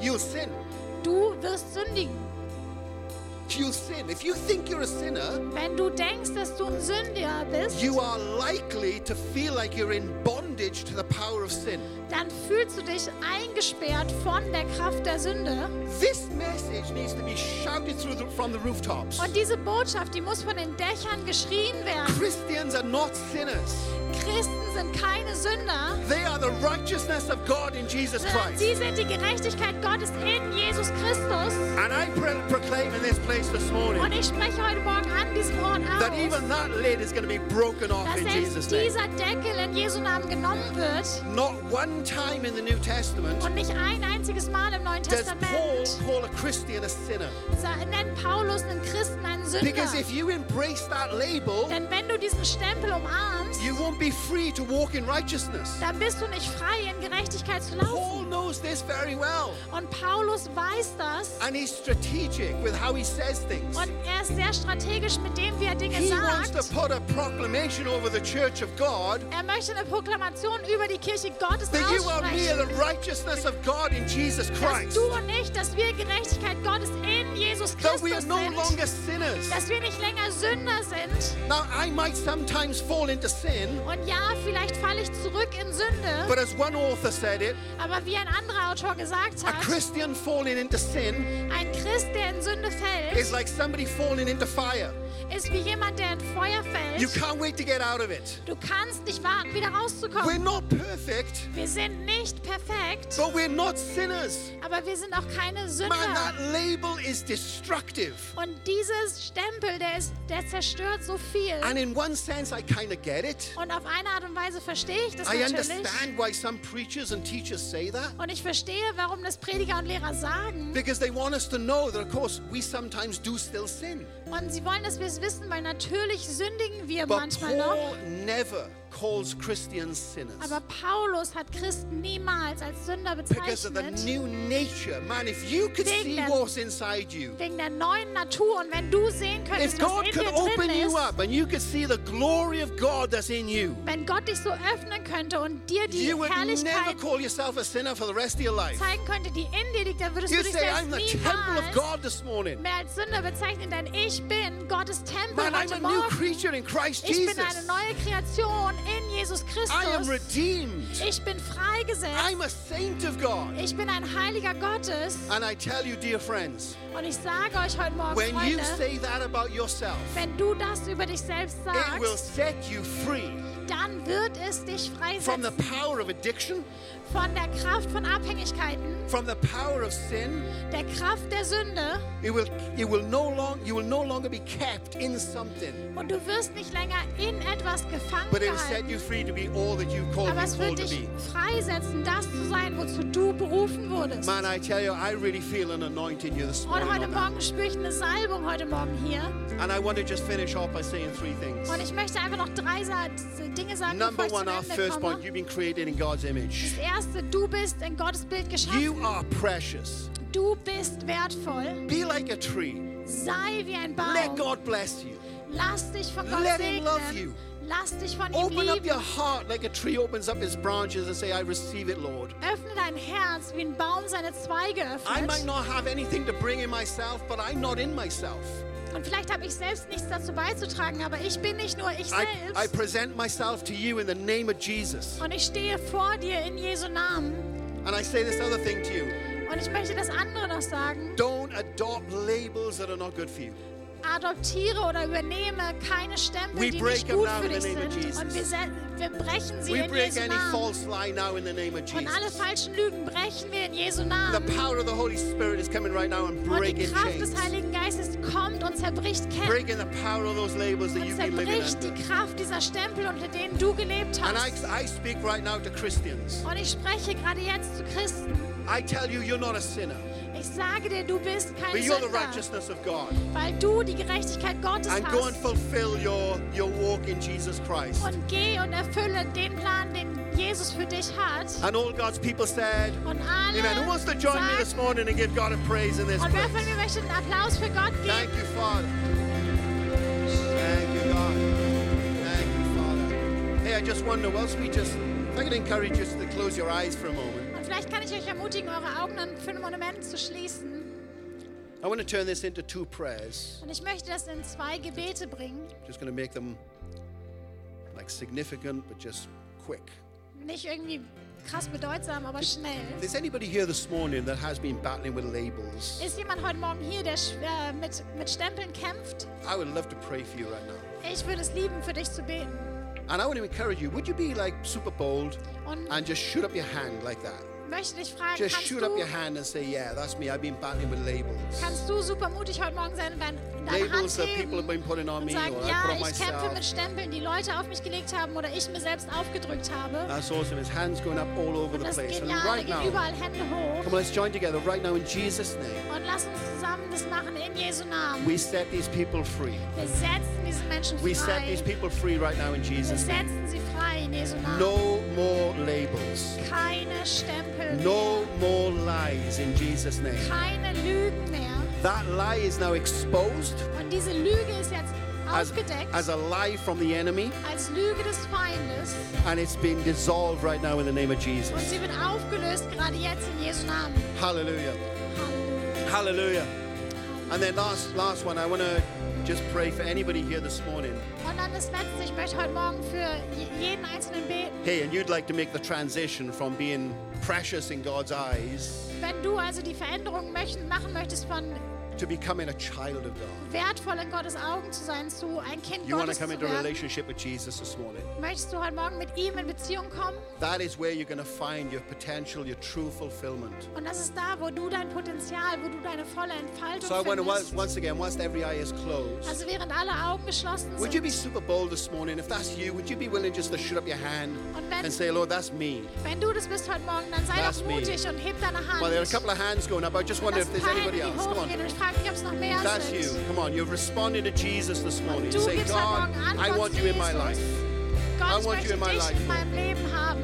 C: You'll sin.
D: Du wirst sündigen.
C: If you sin, if you think you're a sinner,
D: Wenn du denkst, dass du ein Sündiger bist,
C: you are likely to feel like you're in bondage to the power of sin.
D: dann fühlst du dich eingesperrt von der Kraft der Sünde.
C: This message needs to be shouted through the, from the rooftops.
D: Und diese Botschaft, die muss von den Dächern geschrien werden.
C: Christians are not sinners.
D: Christen sind keine Sünder.
C: They are the righteousness of God in Jesus
D: sondern
C: Christ.
D: Sie sind die Gerechtigkeit Gottes in Jesus Christus.
C: And I pre- proclaim in this place this
D: Und
C: morning
D: ich spreche heute Morgen an diesem Ort
C: that
D: aus,
C: even that lid is going to be broken off
D: dass
C: in Jesus'
D: selbst
C: name.
D: dieser Deckel in Jesu Namen genommen wird.
C: Not one time in the New Testament
D: Und nicht ein einziges Mal im Neuen
C: does Paul
D: Testament
C: call a Christian a sinner.
D: sa- nennt Paulus einen Christen einen Sünder.
C: Because if you embrace that label,
D: Denn wenn du diesen Stempel umarmst,
C: you won't be free to walk in righteousness.
D: dann bist du nicht frei, in Gerechtigkeit zu
C: Paul
D: laufen.
C: knows this very well,
D: Und Paulus weiß das.
C: and he's strategic with how he says things.
D: Und er ist sehr strategisch mit dem, wie er Dinge
C: He wants to
D: sagt.
C: put a proclamation over the church of God
D: Er möchte eine Proklamation über die Kirche Gottes
C: that you are mere
D: aussprechen.
C: the righteousness of God in Jesus
D: dass
C: Christ.
D: du und ich, dass wir Gerechtigkeit Gottes in Jesus
C: That
D: Christus
C: we are no
D: sind,
C: longer sinners.
D: dass wir nicht länger Sünder sind.
C: Now, I might sometimes fall into sin,
D: Und ja, vielleicht falle ich zurück in Sünde,
C: but as one author said it,
D: aber wie ein anderer Autor gesagt
C: a
D: hat,
C: Christian falling into sin
D: ein Christ, der in Sünde
C: is
D: fällt,
C: like somebody falling into fire.
D: ist wie jemand, der in Feuer
C: You
D: fällt.
C: can't wait to get out of it.
D: Du kannst nicht warten, wieder
C: We're
D: rauszukommen.
C: not perfect,
D: Wir sind nicht perfekt,
C: but we're not sinners.
D: aber wir sind auch keine
C: Man, that
D: Sünder.
C: label is destructive.
D: Und dieses Stempel, der, ist, der zerstört so viel.
C: And in one sense, I kind of get it.
D: Und auf eine Art und Weise verstehe ich das
C: I
D: natürlich.
C: understand why some preachers and teachers say that.
D: Und ich verstehe, warum das Prediger und Lehrer sagen.
C: Because they want us to know that, of course, we sometimes do still sin.
D: Und sie wollen, dass wir es wissen, weil natürlich sündigen wir
C: But
D: manchmal noch.
C: Paul never calls Christians sinners.
D: Aber Paulus hat Christen niemals als Sünder
C: Because of the
D: bezeichnet.
C: new nature. Man, if you could
D: Wegen
C: see
D: der-
C: what's inside you,
D: Wegen der neuen Natur. Und wenn du sehen
C: if
D: könntest, was
C: God
D: in
C: could
D: dir drin
C: open you
D: ist,
C: up and you could see the glory of God that's in you,
D: wenn Gott dich so öffnen könnte und dir die
C: you would never
D: Herrlichkeit
C: call yourself a sinner for the rest of your life.
D: zeigen könnte, die in dir liegt, dann würdest du
C: You'd
D: dich
C: say,
D: selbst
C: I'm the temple of
D: niemals
C: God this morning.
D: mehr als Sünder bezeichnen. Denn ich bin Gottes Tempel
C: Man, I'm
D: heute
C: a new
D: Morgen.
C: creature in Christ
D: Ich bin eine
C: Jesus.
D: neue Kreation in Jesus
C: I am
D: Christus.
C: redeemed.
D: Ich bin freigesetzt.
C: I'm a saint of God.
D: Ich bin ein Heiliger Gottes
C: And I tell you, dear friends,
D: und ich sage euch heute Morgen,
C: when you
D: Freunde,
C: say that about yourself,
D: wenn du das über dich selbst
C: it will
D: sagst,
C: set you free
D: dann wird es dich
C: from the
D: freisetzen
C: power of addiction,
D: von der Kraft von Abhängigkeiten,
C: from the power of sin.
D: der Kraft der Sünde
C: It will, it will no long, you will no longer be kept in something,
D: und du wirst nicht länger in etwas gefangen
C: but it will set you
D: gehalten.
C: free to be all that you've called
D: Aber
C: me
D: es wird
C: called to
D: dich
C: be.
D: freisetzen, das zu sein, wozu du berufen wurdest.
C: Man, I tell you, I really feel an anointing you this morning.
D: Und heute
C: on that.
D: Morgen spüre ich eine Salbung heute Morgen hier.
C: And I want to just finish off by saying three things.
D: Und ich möchte einfach noch drei Sa- Dinge sagen,
C: Number
D: bevor
C: one, our
D: ich zum Ende
C: first
D: komme.
C: point, you've been created in God's image.
D: Das erste, du bist in Gottes Bild geschaffen.
C: You are precious.
D: Du bist wertvoll.
C: Be like a tree.
D: Sei wie ein Baum.
C: Let God bless you.
D: Lass dich von Gott
C: Let him
D: segnen.
C: love you.
D: Lass dich von ihm
C: Open up
D: lieben.
C: your heart like a tree opens up its branches and say, I receive it, Lord.
D: Öffne dein Herz, wie ein Baum seine Zweige
C: I might
D: öffnet.
C: not have anything to bring in myself, but I'm not in myself.
D: Und vielleicht habe ich selbst nichts dazu beizutragen, aber ich bin nicht nur ich
C: I,
D: selbst.
C: I present myself to you in the name of Jesus.
D: und ich stehe vor dir in Jesu Namen.
C: And I say this other thing to you
D: Und ich möchte das andere noch sagen.
C: don't adopt labels that are not good for you.
D: Adoptiere oder übernehme keine Stempel,
C: We
D: die
C: break
D: nicht
C: them
D: gut
C: now
D: für
C: in the
D: dich
C: name of
D: sind.
C: Jesus.
D: Und wir, se- wir brechen sie
C: We
D: in
C: break
D: Jesu
C: any
D: Namen.
C: false lie now in the name of
D: Und alle
C: Jesus.
D: falschen Lügen brechen wir in Jesu
C: The
D: Namen.
C: power of the Holy Spirit is coming right now and
D: Und die
C: breaking
D: Kraft
C: chains,
D: des Heiligen Geistes kommt und zerbricht Ketten
C: breaking the power of those labels that
D: und
C: you've been living
D: zerbricht
C: under.
D: die Kraft dieser Stempel, unter denen du gelebt
C: And I,
D: hast.
C: I speak right now to Christians.
D: Und ich spreche gerade jetzt zu Christen.
C: I tell you, you're not a sinner,
D: Ich sage dir, du bist kein
C: but you're the
D: Sünder,
C: righteousness of God.
D: weil du die Gerechtigkeit Gottes
C: And go and
D: hast.
C: fulfill your, your walk in Jesus Christ.
D: Und geh und erfülle den Plan, den Jesus für dich hat.
C: And all God's people said,
D: Und alle
C: Amen. Who wants to join me this
D: sagen,
C: morning and give God a praise in this
D: und wer von
C: place?
D: mir möchte einen Applaus für Gott geben?
C: Thank you, Father. Thank you, God. Thank you, Father. Hey, I just wonder, whilst we just, if I could encourage you to close your eyes for a moment.
D: Und vielleicht kann ich euch ermutigen, eure Augen dann für einen Moment zu schließen.
C: I want to turn this into two prayers.
D: Und ich möchte das in zwei Gebete bringen.
C: Just going to make them like significant, but just quick.
D: Nicht irgendwie krass bedeutsam, aber schnell.
C: If there's anybody here this morning that has been battling with labels,
D: Ist jemand heute Morgen hier, der sch- äh, mit, mit Stempeln kämpft?
C: I would love to pray for you right now.
D: Ich würde es lieben, für dich zu beten.
C: And I want to encourage you would you be like super bold
D: Und
C: and just shoot up your hand like that?
D: möchte dich fragen,
C: Just
D: kannst
C: shoot up your
D: du,
C: hand and say, Yeah, that's me. I've been battling with labels.
D: kannst du super mutig heute Morgen sein und dein, deine
C: Labels
D: Hand
C: that also people have
D: heben
C: been putting on
D: und
C: me
D: sagen,
C: or I
D: ja,
C: put on
D: ich kämpfe mit
C: myself.
D: Stempeln, die Leute auf mich gelegt haben oder ich mir selbst aufgedrückt habe.
C: That's awesome. His hands going up all over the
D: Das ist
C: place. And
D: genial, da
C: right
D: gehen
C: now,
D: überall Hände hoch.
C: come on, let's join together right now in Jesus' name.
D: Und lass uns zusammen das machen in Jesu Namen.
C: We set these people free.
D: Wir setzen diese Menschen
C: We set
D: frei.
C: these people free right now in
D: Wir
C: Jesus' name.
D: setzen sie frei in Jesu Namen.
C: No more labels.
D: Keine Stempel
C: No
D: mehr.
C: more lies in Jesus' name.
D: Keine Lügen mehr.
C: That lie is now exposed
D: Und diese Lüge ist jetzt
C: as,
D: aufgedeckt
C: as a lie from the enemy
D: als Lüge des Feindes.
C: and it's being dissolved right now in the name of
D: Und
C: Jesus.
D: sie wird aufgelöst, gerade jetzt in Jesu Namen.
C: Hallelujah.
D: Halleluja.
C: Hallelujah. And then last last one, I want to just pray for anybody here this morning.
D: Und dann das Letzte, ich möchte heute Morgen für je- jeden Einzelnen beten.
C: Hey, and you'd like to make the transition from being precious in God's eyes
D: Wenn du also die Veränderung möchten, machen möchtest, von
C: to becoming a child of God.
D: wertvoll in Gottes Augen zu sein, zu ein Kind
C: You want to
D: Gottes zu
C: come into a
D: werden,
C: relationship with Jesus this morning.
D: möchtest du heute Morgen mit ihm in Beziehung kommen?
C: That is where you're going to find your potential, your true fulfillment.
D: Und das ist da, wo du dein Potenzial, wo du deine volle Entfaltung
C: So I want to once,
D: findest.
C: once again, whilst every eye is closed,
D: Also während alle Augen geschlossen
C: would you
D: sind.
C: be super bold this morning? If that's you, would you be willing just to shoot up your hand
D: Und wenn-
C: and say, Lord, that's me?
D: Wenn du das bist heute Morgen, dann sei
C: That's
D: doch
C: me.
D: mutig und heb deine Hand.
C: Well, there are a couple of hands going up. I just wonder
D: Lass
C: if
D: ein
C: there's
D: paar
C: anybody
D: Hände, die
C: else. Come on.
D: hochgehen und ich frage mich, ob es noch mehr
C: That's
D: sind.
C: you. Come on. You've responded to Jesus this morning.
D: Du
C: Say,
D: gibst heute
C: God,
D: Morgen
C: I
D: Antwort,
C: want you in my life.
D: Jesus. Gott,
C: want
D: ich
C: you
D: möchte
C: in my
D: dich
C: life,
D: in meinem Leben haben.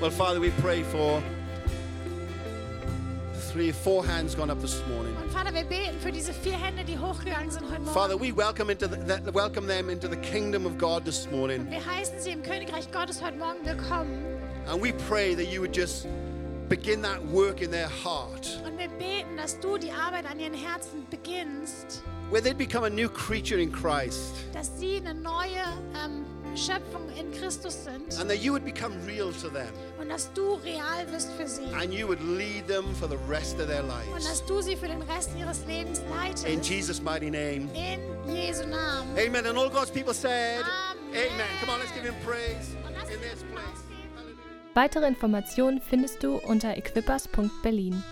C: Well, Father, we pray for three, four hands gone up this morning.
D: Und Vater, wir beten für diese vier Hände, die hochgegangen sind heute Morgen.
C: Father, we welcome into the, that- welcome them into the kingdom of God this morning.
D: wir heißen sie im Königreich Gottes heute Morgen willkommen.
C: And we pray that you would just begin that work in their heart,
D: Und wir beten, dass du die Arbeit an ihren Herzen beginnst,
C: where they'd become a new creature in Christ,
D: dass sie eine neue ähm, Schöpfung in Christus sind
C: and that you would become real to them,
D: und dass du real wirst für sie
C: and you would lead them for the rest of their
D: und
C: lives.
D: dass du sie für den Rest ihres Lebens leitest.
C: In Jesus' mighty name.
D: In Jesu Namen.
C: Amen. And all God's people said,
D: Amen.
C: Come on, let's give him praise
D: Und lass
C: in
D: uns
C: this
D: aufstehen.
C: place. Hallelujah.
A: Weitere Informationen findest du unter equippers.berlin.